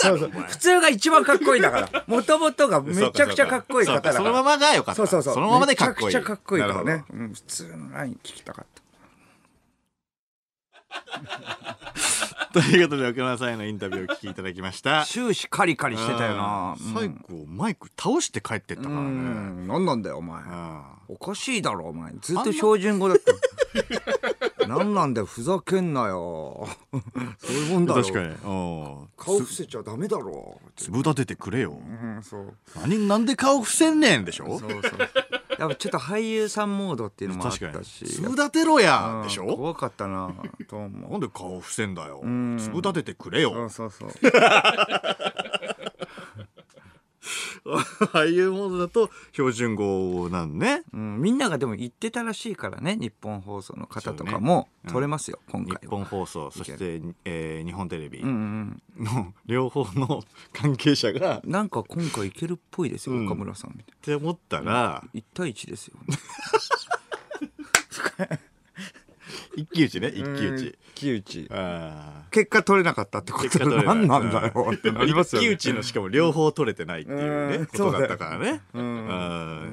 そうそう普通が一番かっこいいだからもともとがめちゃくちゃかっこいい方だから
そうかそのままがよかった
そうそうそう
そのままでかっこいい
めちゃくちゃかっこいいから
なる
ね、うん、普通のライン聞きたかった
ということで岡村さんへのインタビューをお聞きいただきました
終始カリカリしてたよな
うん最後マイク倒して帰ってったから
う
ねうん
ん何なんだよお前
あ
おかしいだろお前ずっと標準語だった 何なんだよふざけんなよ そういうもんだろ
確かにうん
顔伏せちゃダメだろ
つぶ立ててくれよ
うんそう
何なんで顔伏せんねんでしょ
そうそうやっぱちょっと俳優さんモードっていうのもあっ
確か
た
に
し
つぶ立てろやでし
うん
ょ
怖かったな と思う
なんで顔伏せんだよつぶ立ててくれ
そ
よ
うそうそう。
ああいうものだと標準語なんね
うん、みんながでも言ってたらしいからね、日本放送の方とかも
そうねうん
取れますよ、今
日
回は。
本放送そしてえー日本テレビ
うんうん
の 両方の関係者がっ
うん。なんか今回いけるっぽいですよ、
うん
岡村さんみたい
て思ったら
な。一対一ですよ。
一騎打ちね一騎打ち
一騎打ち。
あ
結果取れなかったってこ
結
と
果取れない
何なんだよってな
あ
りますよ、ね。
一騎打ちのしかも両方取れてないっていう
う
ね
ん
ことだったからねう
うん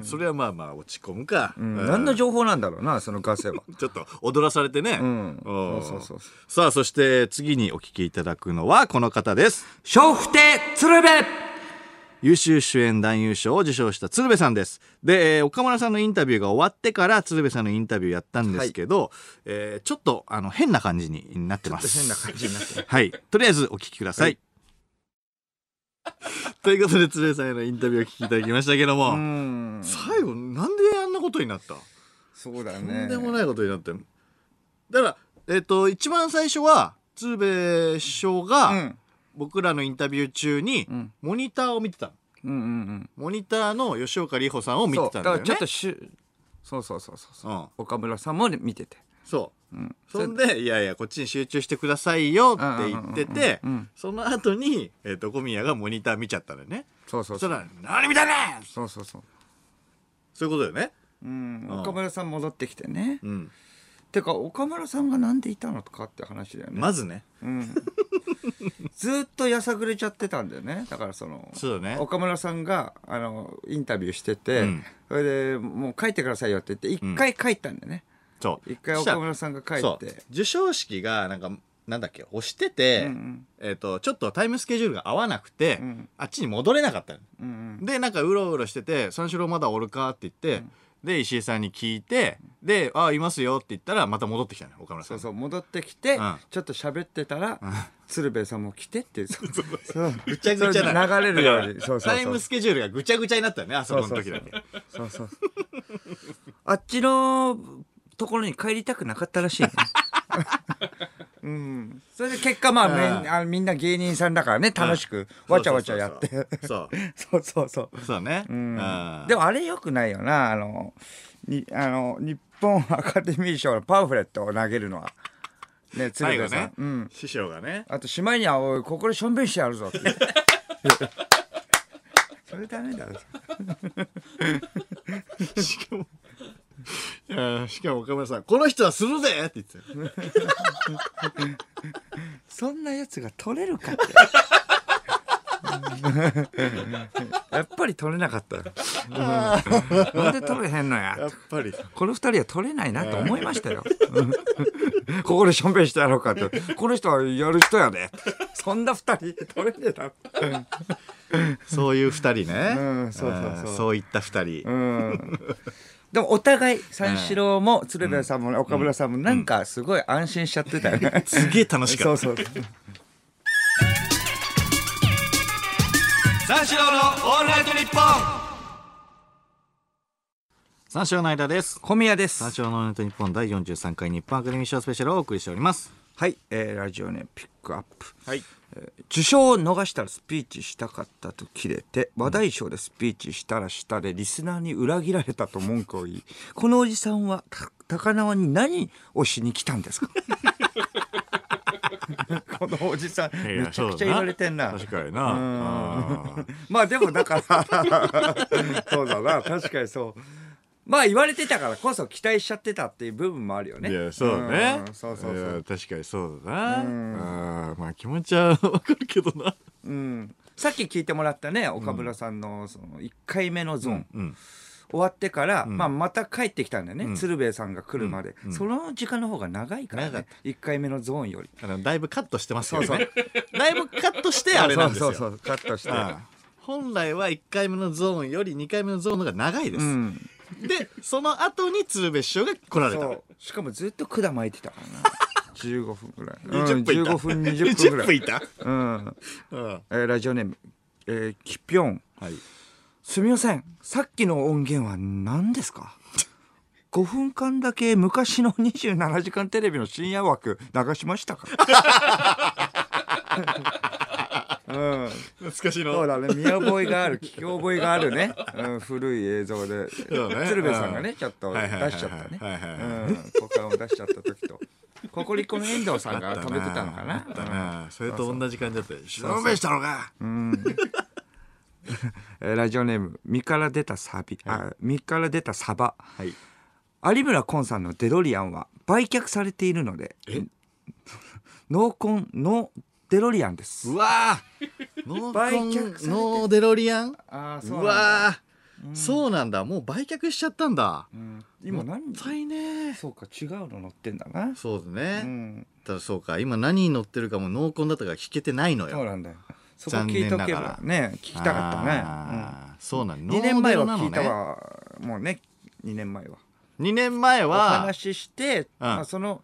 んそれはまあまあ落ち込むか
うん
うん
何の情報なんだろうな、そのガセは。
ちょっと踊らされてね
うん。
うん
そうそうそう。
さあそして次にお聞きいただくのはこの方です
笑福亭鶴瓶
優秀主演男優賞を受賞した鶴瓶さんですで、えー岡村さんのインタビューが終わってから鶴瓶さんのインタビューやったんですけど、えーちょっとあの変な感じになってます
変な感じになってる。
はい。とりあえずお聞きください。 ということで、鶴瓶さんへのインタビューをお聞きいただきましたけども、
うん。
最後、なんであんなことになった
そうだ
とん
ね。
でもないことになってる。だから、えっ、と、一番最初は、鶴瓶師匠
う
が、
ん。
僕らのインタビュー中に
ん、
モニターを見てたの。
うんうんうん。
モニターの吉岡里帆さんを見てたんだよ
そうだからちょ
ね
っ。としゅそうそうそうそうそう、
うん
岡村さんも見てて
そう。そんで、いやいや、こっちに集中してくださいよって言ってて
うんうんうんうん、
その後に、えっ、と、小宮がモニター見ちゃったのよね。
そうそう
そし
そう
たら「何見たねん!
そうそうそう、」
そういうことよね。
うん、
うん
岡村さん戻ってきてね、
うん、
てか岡村さんがなんでいたのかって話だよね、
まずね
うん、ずーっとやさぐれちゃってたんだよねだからその
そうだね
岡村さんがあのインタビューしてて、
うん
それでもう書いてくださいよって言って一回書いたんだよね、
そう
一回岡村さんが書い
そ
て
う授賞式がなんかなんだっけ押してて、
うんうん
えっとちょっとタイムスケジュールが合わなくて、
うん
あっちに戻れなかったの
うんうん
でなんかうろうろしてて「三四郎まだおるか?」って言って、で石井さんに聞いてで「あいますよ」って言ったらまた戻ってきたのよ岡村さ
そ
ん
う
が
そう戻ってきて、
うん
ちょっと喋ってたら、鶴瓶さんも来て ってそうそう
ぐちゃぐちゃな
それで流れるように
だか
そ
ら
うそうそう
タイムスケジュールがぐちゃぐちゃになったよねあそこの時だけ
そうそうそうあっち のところに帰りたくなかったらしいねうん、そそれで結果まあめんあのみんな芸人さんだからね楽しくわちゃわちゃやって
そう
そうそうそう
そうねうん
でもあれよくないよなあのにあの日本アカデミー賞のパンフレットを投げるのはね鶴
最後
瓶さん、
ね
うん、
師匠がね
あとしまいには「おいここでしょんべんしてやるぞ」って それダメだろ
しかもいやーしかも岡村さん「この人はするぜ!」って言ってたよ
そんなやつが取れるかって やっぱり取れなかったうん なんで取れへんのや
やっぱり
この二人は取れないなと思いましたよ。 ここでしょんべんしてやろうかって。この人はやる人やで。そんな二人取れねえだろ。
そういう二人ね
うんそうそうそうん
そういった二人
うん。でもお互い三四郎も鶴瓶さんも岡村さんもなんかすごい安心しちゃってたよね。
すげえ楽し
そ
か
う
った
そう。
三四郎のオールナイトニッポン
三章の間です
小宮で
三
す。
章のネット日本第43回日本アカデミー賞スペシャルをお送りしております
はい、えーラジオネームピックアップ。
はい
受賞を逃したらスピーチしたかったと切れて話題賞でスピーチしたらしたでリスナーに裏切られたと文句を言いこのおじさんはた高輪に何をしに来たんですかこのおじさんめちゃくちゃ言われてんな
確かになうん
まあでもだからそうだな確かにそうまあ言われてたからこそ期待しちゃってたっていう部分もあるよね
いやそうね
うんそうそう
い
そ
や
う
確かにそうだなあーまあ気持ちはわかるけどな
うん、さっき聞いてもらったね岡村さんのその1回目のゾーン、
うん
終わってから、まあ、また帰ってきたんだよね、鶴瓶さんが来るまで、
うん
その時間の方が長いから
長
ね1回目のゾーンより
あのだいぶカットしてますけ
そ
ど
う そう
ねだいぶカットしてあれなんです
そう
よ
そうそうカットして
あー本来は1回目のゾーンより2回目のゾーンの方が長いで
う
す
ん
でその後に鶴瓶師匠が来られ
そ
た
うしかもずっと管巻いてたからな15分ぐらい、うん、
20分いた
15分20分ぐら
20
い
分いた
うん
うん
えーラジオネーム、えーキピョン
はい
すみませんさっきの音源は何ですか5分間だけ昔の27時間テレビの深夜枠流しましたかうん
懐かしい
そう
の
だね見覚えがある聞き覚えがあるね、うん、古い映像で、
うね
鶴瓶さんが
う
ね
ん
ちょっと
は
出
いはいはいはい
しちゃったね
はいはいはい
うん股間を出しちゃった時とココリコの遠藤さんが食べてたのかな
だなそれと同じ感じだったよ証明したのか
えーラジオネーム「身から出たサビ」あ「身から出たサバ」
はい
有村昆さんのデロリアンは売却されているので
え
濃紺のデロリアンです
うわ ーノ
売
ーコ
却されて
ンノーデロリアン
あー
う
なんだ
わーそうなんだもう売却しちゃったんだ
うん今何
もったいね
そうか違うの乗ってんだな
そうです
う
ね
ん
ただそうか今何に乗ってるかも濃厚だったから聞けてないの
そう
よ
なんだよそこ聞いとけば
残
ね聞きたかったね、
あーそうなん
うん、2年前は
ノ
聞
ー
い
デ
た
ロなのね
わ、もうね2年前は
2年前
お
は
話しして、まあ、その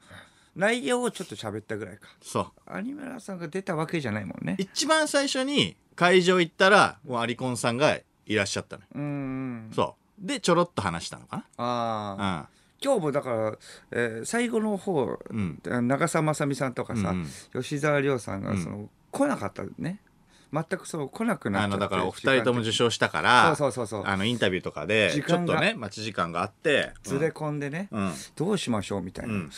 内容をちょっと喋ったぐらいか
そう
有村さんが出たわけじゃないもんね
一番最初に会場行ったらもうアリコンさんがいらっしゃったのよ
うんうん
そうでちょろっと話したのか
ああ
な
今日もだから、えー最後の方、
ん
長澤まさみさんとかさ、
うん
吉沢亮さんがその、来なかったね全くそう来なく
うん
なっちゃ
あ
って
のだからお二人とも受
時
賞したから
間的にそうそうそうそう
あのインタビューとかで
時
ちょ
間
っ
が
とね待ち時間があって
ずれ込んでね、
うんうん
どうしましょうみたいな、
うん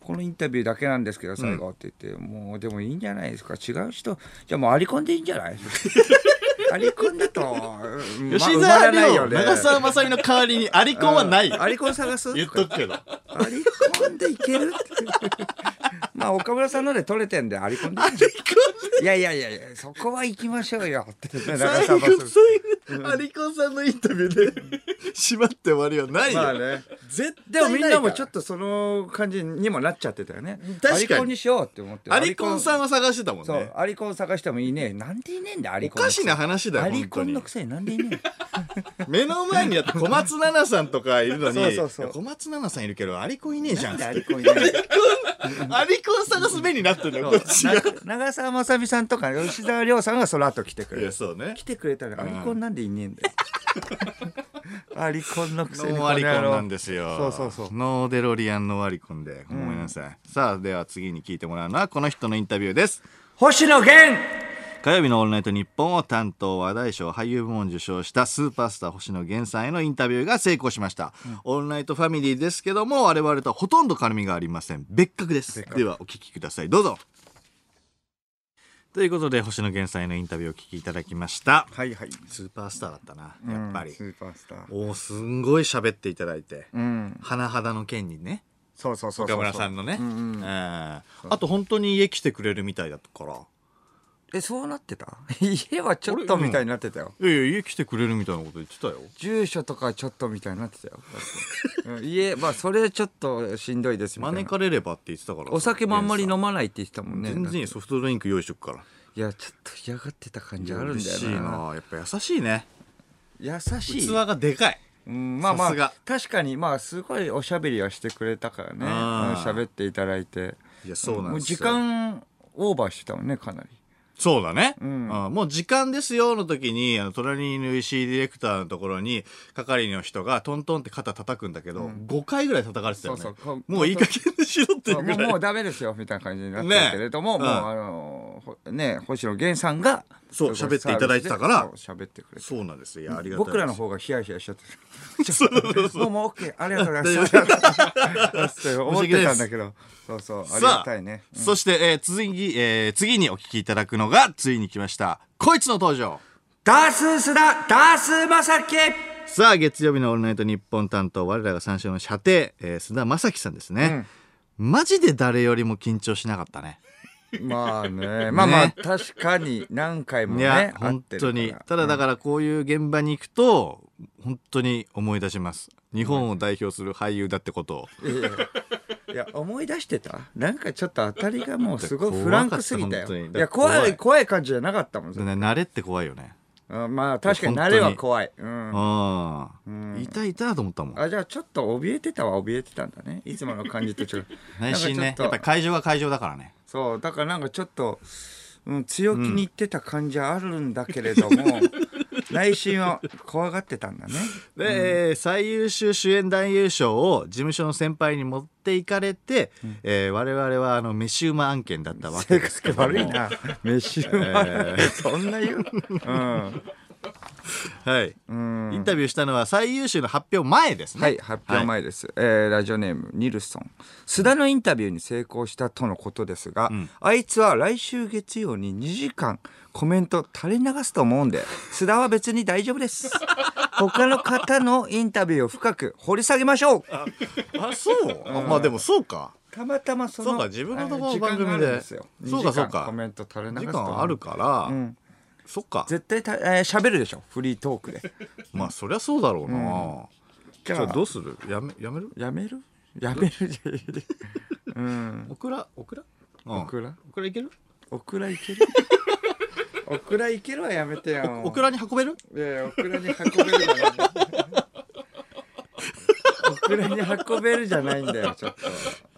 このインタビューだけなんですけど最後って言って、もうでもいいんじゃないですか違う人じゃあもうアリコンでいいんじゃない アリコンだと、うん
吉沢
ま埋まらない
亮、
よね
長澤まさみの代わりにアリコンはない
うんアリコン探す
言っとくけど
アリコンでいける まあ岡村さんので取れてんでアリコンでいいんじゃないいやいやいやいやそこは行きまし ょうよってね長
最
澤
後
ま
最
さ
後アリコンさんのインタビューで縛って終わりはない
み
よ、
まあね
絶対
でもみんなもちょ
と
っとその感じにもなっちゃってたよね
確かに
アリコンにしようって思って
アリコンさん
は
は探してたもん
そう
ね
アリコン探してもいいねえなんでいねえんだアリ
お
コンの
か
くせ
し
に
な話だよ
アリ
本
コ
当
ン
に
のくせになんで いねえんだ
目の前にやって小松菜奈さんとかいるのに
そうそうそう
いや小松菜奈さんいるけどアリコンいねえじゃ
なんん
っつって
でアリコンいねえんだ
アリコン探す目になってんだよ
そ
こっ
う
ちがい
な 長澤まさみさんとか吉沢亮さんがその後来てくれる
やそうね
来てくれたらアリコンなんでいねえんだよ。アリコンのくせに
ノーアリコンなんですよ
そうそうそう
ノーデロリアンノーアリコンでごめんなさい、さあでは次に聞いてもらうのはこの人のインタビューです
星野源
火曜日の「オールナイトニッポン」を担当話題賞俳優部門を受賞したスーパースター星野源さんへのインタビューが成功しました、オールナイトファミリーですけども我々とはほとんど絡みがありません別格ですではお聞きくださいどうぞということで星野源さんへのインタビューをお聞きいただきました
はいはい
スーパースターだったなやっぱり、
スーパースター
おーすんごい喋っていただいて
うん
甚だの件にね
そうそうそうそ
岡
う
村さんのね
うんうん
えーあと本当に家来てくれるみたいだから
えそうなってた 家はちょっとみたいになってたよ
いやいや家来てくれるみたいなこと言ってたよ
住所とかちょっとみたいになって たよだってうん家まあそれちょっとしんどいですみたいな
招かれればって言ってたから
お酒もあんまり飲
ま
まないって言ってたもんね
全然いいソフトドリンク用意しとくから
いやちょっと嫌がってた感じあるん
嬉
だよ
しいなやっぱ優しいね
優しい
器がでかい
うんまあま
さすが
あ確かにまあすごいおしゃべりはしてくれたからねうん
あー
喋っていただいて
いやそうなん
もう
ですよ
時間オーバーしてたもんねか なり
そうだね、
ん
あもう時間ですよの時にあの隣にいる石井ディレクターのところに係の人がトントンって肩叩くんだけど、5回ぐらい叩かれてたよね
そうそう
もういい加減にしろっていう
も
ぐ
う
らい
もうダメですよみたいな感じになったけれども、
ね
もうあのほね星野源さんが
そう
すご
喋っていただいてたから
そう喋ってくれて
そうなんですよいやありがたいです
僕らの方がヒヤヒヤしちゃって
そう そう
もうもう OK ありがとうございます って思ってたんだけどそうそうあり
さ
が
あ、
たいね
そして、えー次に、えー次にお聞きいただくのが、ついに来ました。こいつの登場
ダースースだダースーマサキ
さあ、月曜日のオールナイト日本担当、我らが三章の射程、えー、須田正樹さんですね、マジで誰よりも緊張しなかったね。
ま あねまあまあ確かに何回も
い
ね
や、
会っ
本
てる
当に。
から
ただだからこういう現場に行くと、本当に思い出します。日本を代表する俳優だってことを。
いやいやいや思い出してたなんかちょっと当たりがもうすごいフランクすぎ
怖かっ
たよ
た本当に
いや怖
怖
い怖
い
い感じじゃなかったもん、
でね慣れって怖いよね。
うんまあ確かに慣れは怖い、うん
うん。痛い痛いと思ったもん。
あじゃあちょっと怯えてたは怯えてたんだねいつもの感じと違う
内心ね。
な
やっぱり
んかちょっと
会場は会場だからね。
そうだからなんかちょっと、うん、強気にいってた感じはあるんだけれども、 内心は怖がってた んだね
で、えー最優秀主演男優賞を事務所の先輩に持っていかれて、えー我々はあの飯馬案件だったわけですけども
悪いな飯は、 そんな言う、うん
はい、
うん、
インタビューしたのは最優秀の発表前ですね、
はい、発表前です、えーラジオネームニルソン須田のインタビューに成功したとのことですが、あいつは来週月曜に2時間コメント垂れ流すと思うんで 須田は別に大丈夫です 他の方のインタビューを深く掘り下げましょう
あそう、あまあでもそうか
たまたまその
そうか自分のところ
あ
の
時間
番組
があ
で
るんすよ
そうか
2時間
そうか
コメント垂れ流す
時
と思う
間あるから、
ん
そっか
絶対たえー喋るでしょフリートーク で
まあそりゃそうだろうな、
じ
じゃ
ゃ
あど
あ
うするやめやめる
やめるやめる うん
オクラオクラ、うん、
オクラ
オクラいける
オクラいける オクラいけるはやめてよ
オクラに運べる
いやいやオクラに運べるじゃないオクラに運べるじゃないんだよちょっと、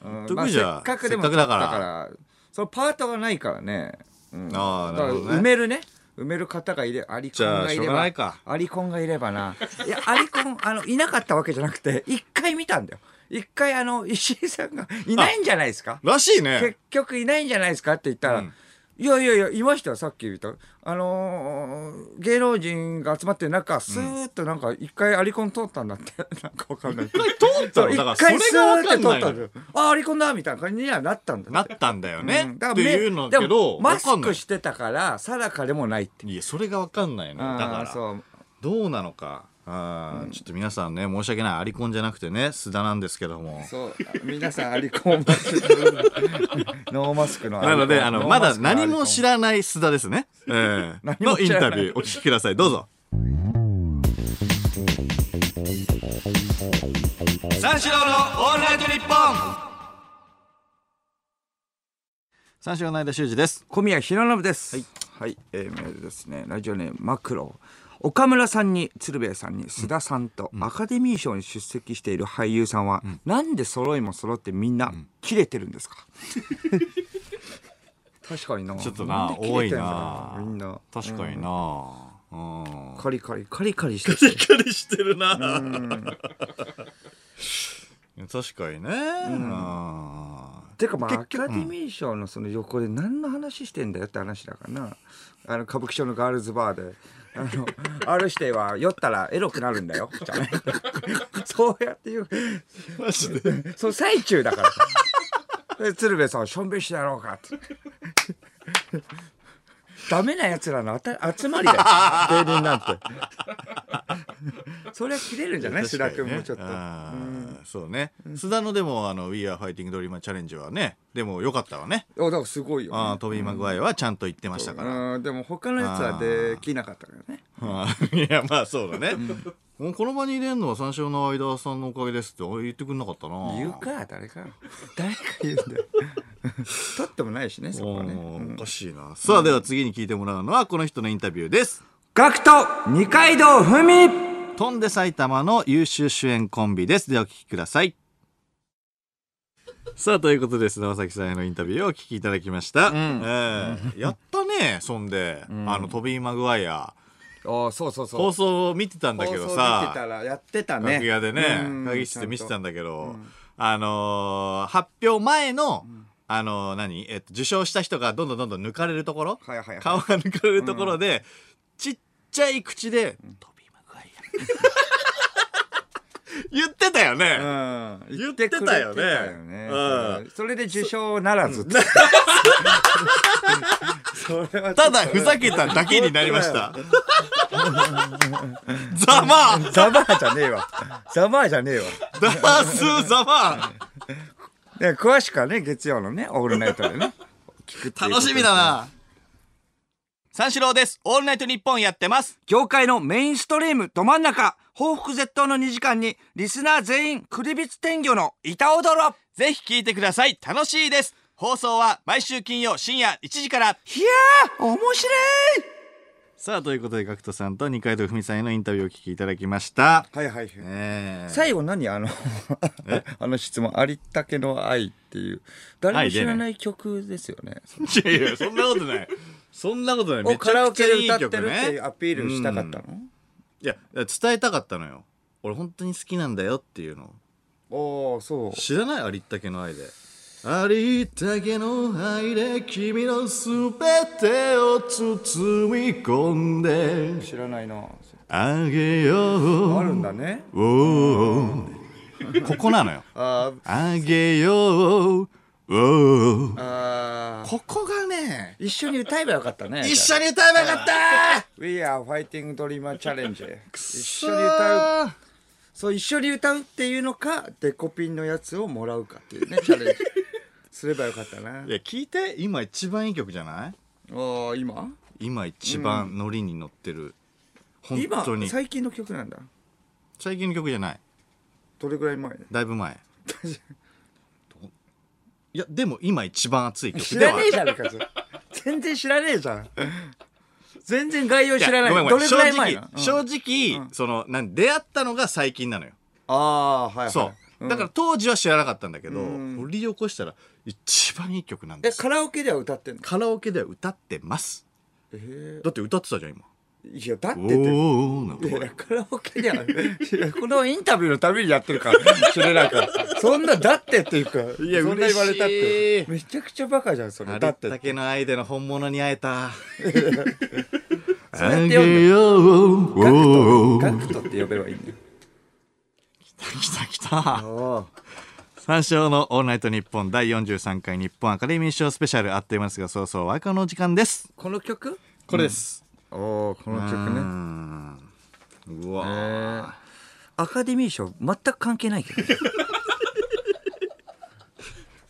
うん
得意じゃん
せっかくでも
せっかくだから
取ったそのパートがないからね、うん
ああなるほどね
だから埋めるね埋める方がいれアリコン
じゃ
がい
あしょう
れ
が
ば
ないか
アリコンがいればないやアリコンあのいなかったわけじゃなくて一回見たんだよ一回あの石井さんがいないんじゃないですから
しいね
結局いないんじゃないですかって言ったら、
うん
いやいやいやいましたよさっき言ったあのー芸能人が集まってる中スーッとなんか一回アリコン通ったんだって なんかわかん ない一回
通ったのだからそれ
ス
がわ
ーッ
か
て
ん
通
な
っ
い
た
の
んだよあアリコンだみたいな感じにはなったんだって
なったんだよね、
うんだか
って
ら
いうのだけ
でも
ど
マ
わか
ス
んない
クしてたから定かでもないって
いやそれがわかんないの
あ
だ
ー
から
そう
どうなのかあー、ちょっと皆さんね申し訳ないアリコンじゃなくてね須田なんですけども
そう皆さんアリコン ノーマスクのアリコ
な
ン
のであ
ノ
の
ー
ま
マ
だ
スクのアリコン
何も知らない須田ですね、ええ
何も
のイン
知らな
タ
い
ビューお聞きくださいどうぞ
三四郎のオールナイトニッポン
三四郎の間修二です
小宮浩信です。はい、えーメールですね。ラジオネームマクロ。岡村さんに鶴瓶さんに須田さんとアカデミー賞に出席している俳優さんは、なんで揃いも揃ってみんな切れてるん ですか。確かにな。
ちょっとなん
で切れてんだろ
多いな
うみんな。
確かにな、うん
カリカリカリカリしてる
しっかりしてるな、 確かにね、うん
てかまあアカデミー賞のその横で何の話してんだよって話だからなあの歌舞伎町のガールズバーであの R 指定は酔ったらエロくなるんだよ じゃないそうやって言う
マジで
その最中だから で鶴瓶さんはしょんべいしてやろうか ってダメなやつらのあた集まりだ よ芸人なんてそれは切れるんじゃない須田君もちょっと、
あーそうね、須田のでもあの「We Are Fighting Dream チャレンジ」はねでも良かったわね
おだからすごいよ、ね、
あートビー・マグワイアはちゃんと言ってましたから、
うんでも他のやつはできなかったからね
あーい やまあそうだね、もうこの場に入れるのは三四郎の間さんのおかげですって言ってくんなかったな
言うか誰か誰か言うんだよ取ってもないしねそこはね
おーおかしいな、さあでは次に聞いてもらうのはこの人のインタビューです
ガクト二階堂ふみ
飛んで埼玉の優秀主演コンビですではお聞きくださいさあということで菅田将暉さんへのインタビューをお聞きいただきました、えーやったねそんで、あのトビー・マグワイア
ああそうそうそう
放送を見てたんだけどさ
放送見てたらやってたね
楽屋でね
うん
会議室で見てたんだけど、
ん
あのー発表前の、あのー何、えっと、受賞した人がどんどんどんどん抜かれるところ、
はいはいはい
顔が抜かれるところで、ちっちゃい口で「飛びまくわいや」 言ってたよね、
うん
言ってたよね
言ってくれてたよね
う
それで受賞ならずってそれはちょっと
ただふざけただけになりました。ざまあ
ざまあじゃねえわざまあじゃねえわ
ダースざま
ね詳しくはね月曜のね「オールナイト」でね聞くって
あ
いうこと
楽しみだな三四郎です。オールナイトニッポンやってます。
業界のメインストリームど真ん中報復絶倒の2時間にリスナー全員クリビツ天魚の板踊ろ
ぜひ聞いてください。楽しいです。放送は毎週金曜深夜1時から。
いやー面白い
さあ、ということで、ガクトさんと二階堂ふみさんへのインタビューをお聞きいただきました。
はいはいはい
ええ
最後何あの あの質問「ありったけの愛」っていう誰も知ら
は
ない曲ですよね。
いやいや、そんなことない。そんなことない。
を
めち
カラ
ゃ
オ
くち
ケ
ゃい
で
い
歌って
曲
るっていう
ね。
アピールしたかったの、
いや、伝えたかったのよ。俺本当に好きなんだよっていうのを。
おおそう
知らないありったけの愛でありったけの愛で君のすべてを包み込んで
知らないな
あげよ
あ
う
るんだね
おーここなのよ
あー
あげようおー
あー
ここがね
一緒に歌えばよかったね
一緒に歌えばよかった
「We are fighting dreamer challenge」一
一
緒に歌う
う
そう一緒に歌うっていうのかデコピンのやつをもらうかっていうねチャレン ジすればよかったない
や聞いて今一番いい曲じゃない
ああ今
今一番ノリに乗ってる、本当
今
に
最近の曲なんだ
最近の曲じゃない
どれぐらい前
だいぶ前どいやでも今一番熱い曲
知
で
ら
は
ねえじゃねえかそれ全然知らねえじゃん全然概要知らない
いやごめんご
ど
め
れ
ん
ぐらい前なの、
正
うん
直正直、そのなん出会ったのが最近なのよ、
ああはい、はい、
そう、
ん
だから当時は知らなかったんだけど、
うん
掘り起こしたら一番いい曲なん
え
です
カラオケでは歌ってんの
カラオケでは歌ってます
え
だって歌ってたじゃん今
ー、いやだっ
お
て
ー
てい
おーなんてこれ
やカラオケではいや このインタビューのためにやってるから知れないからそんなだってっていうかい
や
そんな言われた
嬉
って
しい
めちゃくちゃバカじゃんそ
あ
れ
り
だ
っ
って
たけの愛での本物に会え た
それって呼んで
よう
ガクト
おー
ガクトって呼べばいいんだよ
来た来た
あ
三四郎のオールナイトニッポン第43回日本アカデミー賞スペシャルあっていますがそうそう若のお時間です
この曲
これです、
ああこの曲ね
うんうわ、
アカデミー賞全く関係ないけど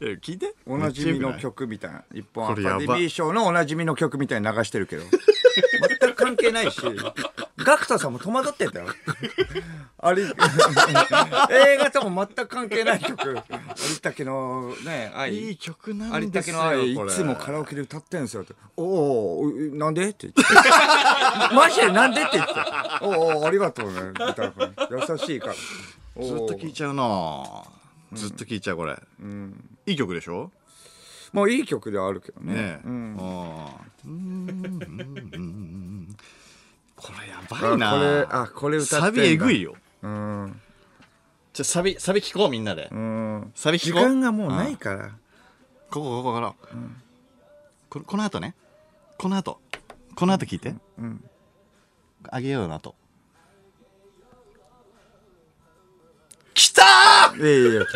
え聞いて
おなじみの曲みたいな一本
こ
アカ
れ
デ
やば
ミー賞のおなじみの曲みたいに流してるけど 全く関係ないしガクトさんも戸惑ってんだよあれ 映画とも全く関係ない曲ありったけのね愛
いい曲な
あ
ん
りった
で
け
す
の
よ
愛い
これ
つもカラオケで歌ってんすよって「おおなんで?」って言って 「マジでなんで?」って言って「おおありがとうね」みたいな優しいから
ずっと聴いちゃうなずっと聴いちゃうこれ、いい曲でしょ
もういい曲ではあるけどね
ねえ、
うん
あーうんうんうんこれや
あ
ば
こ
いな
れあこれ歌ってんだ
サビえぐいよ
うん
ちょサビサビ聞こうみんなで、
うん
サビ
時
聞こう
間がもうないから
ここここから、ここの後ねこの後この後聞いて、あげようなときたー
いやいやいや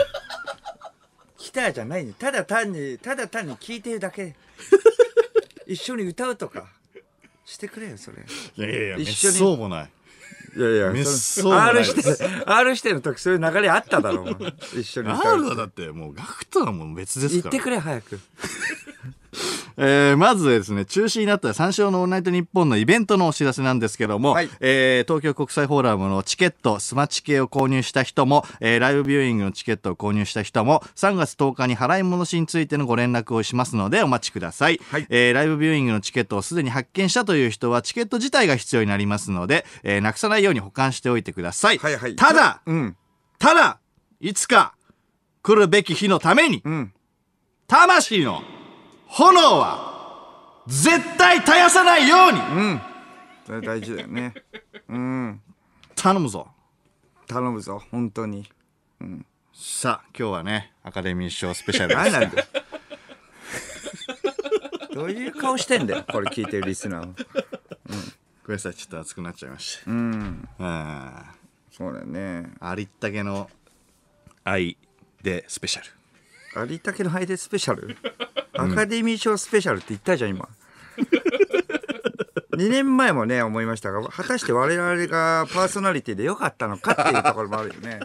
来たじゃないただ単にただ単に聞いてるだけ一緒に歌うとかしてくれよそれ
いやいやいや
一緒に
めっそうもない
いやいや
めっ
そ
そうも
の
ない
R して R しての時そういう流れあっただろうお前一緒に歌う
R はだってもうガクとはもう別です
言っ
から
てくれ早く
えーまずですね中止になった三四郎のオールナイトニッポンのイベントのお知らせなんですけども、
はい
えー東京国際フォーラムのチケットスマチケを購入した人も、えーライブビューイングのチケットを購入した人も3月10日に払い戻しについてのご連絡をしますのでお待ちください、
はい
えーライブビューイングのチケットをすでに発見したという人はチケット自体が必要になりますので、えーなくさないように保管しておいてください、
はいはい
ただ
うん
ただいつか来るべき日のために
うん
魂の炎は絶対絶やさないように
それ大事だよね うん
頼むぞ
頼むぞ本当に
さあ今日はねアカデミー賞スペシャ ルで
何
す
なんだよどういう顔してんだよこれ聞いてるリスナーも
ごめんなさいちょっと熱くなっちゃいました
うん
うん
そうだよね
ありったけの愛でスペシャル
ありったけのハイデスペシャル、アカデミー賞スペシャルって言ったじゃん今 2年前もね思いましたが果たして我々がパーソナリティでよかったのかっていうところもあるよね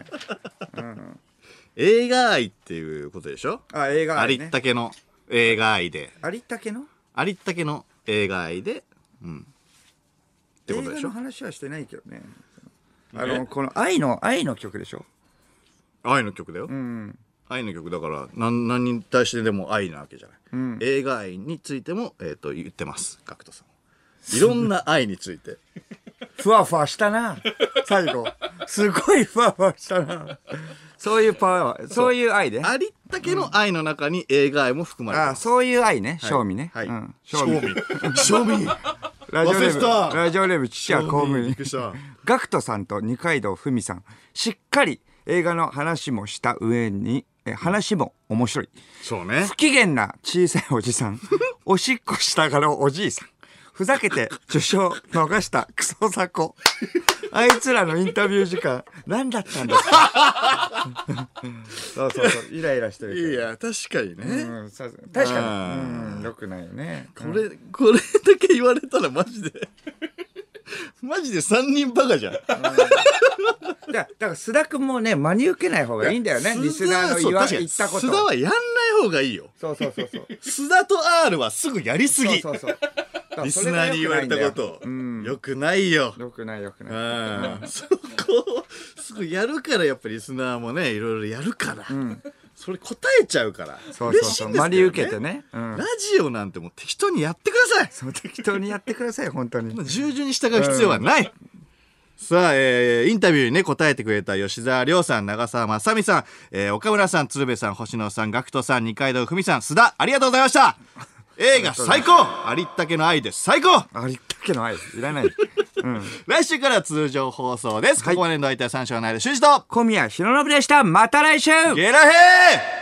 映画愛っていうことでしょ
あ映画
あ
愛
り
ね
ったけの映画愛で
ありったけのっ
ありったけの映画愛でうんってことでし
映画の
ょ
話はしてないけどねあのこの愛の愛の曲でしょ
愛の曲だよ、
うん
愛の曲だから何何に対してでも愛なわけじゃない、
ん
映画愛についても、えー、と言ってますガクトさんはいろんな愛につい て
ふわふわしたな最後すごいふわふわしたなそういうパワーそういう愛ね
ありったけの愛の中に映画愛も含まれて
あ
ます、
そういう愛ね賞味ね
はい、
うん
賞
賞
味
味
賞味
ラジオ
忘
ネー
れて
ム
た
ラジオネーム父は公務員
した
ガクトさんと二階堂ふみさんしっかり映画の話もした上にえ話も面白い
そう ね
不機嫌な小さいおじさ んおしっこしたがるおじいさんふざけて受賞逃したクソ雑魚あいつらのインタビュー時間何だったんですか そうそうそうイライラして
い
る
や確かにね、
けどうんそう確か
あ
にうん良くないよね
これこれだけ言われたらマジでマジで3人バカじゃん
だだから須田君もね真に受けない方がいいんだよねリスナーの言わ言ったこと
須田はやんない方がいいよ
そうそうそうそう
須田と R はすぐやりすぎ
そうそうそう
リスナーに言われたこと
う、ん
よくないよ。
よくないよく
う
ない
ん、そこをすぐやるからやっぱリスナーもねいろいろやるから、それ答えちゃうから
そうそう
嬉し
そ
い
うん
ですけど、
真
ね、
に受けてねうん
ラジオなんてもう適当にやってください
そう適当にやってください本当に
従順に従う必要はない、さあ、えーインタビューにね答えてくれた吉沢亮さん長澤まさみさん、えー岡村さん鶴瓶さん星野さんガクトさん二階堂ふみさん須田ありがとうございました映画最高ありったけの愛です最高
ありったけの愛いらないうん
来週からは通常放送です。ここまでの相手は三章の間、修士と、
小宮浩信でしたまた来週
ゲラヘー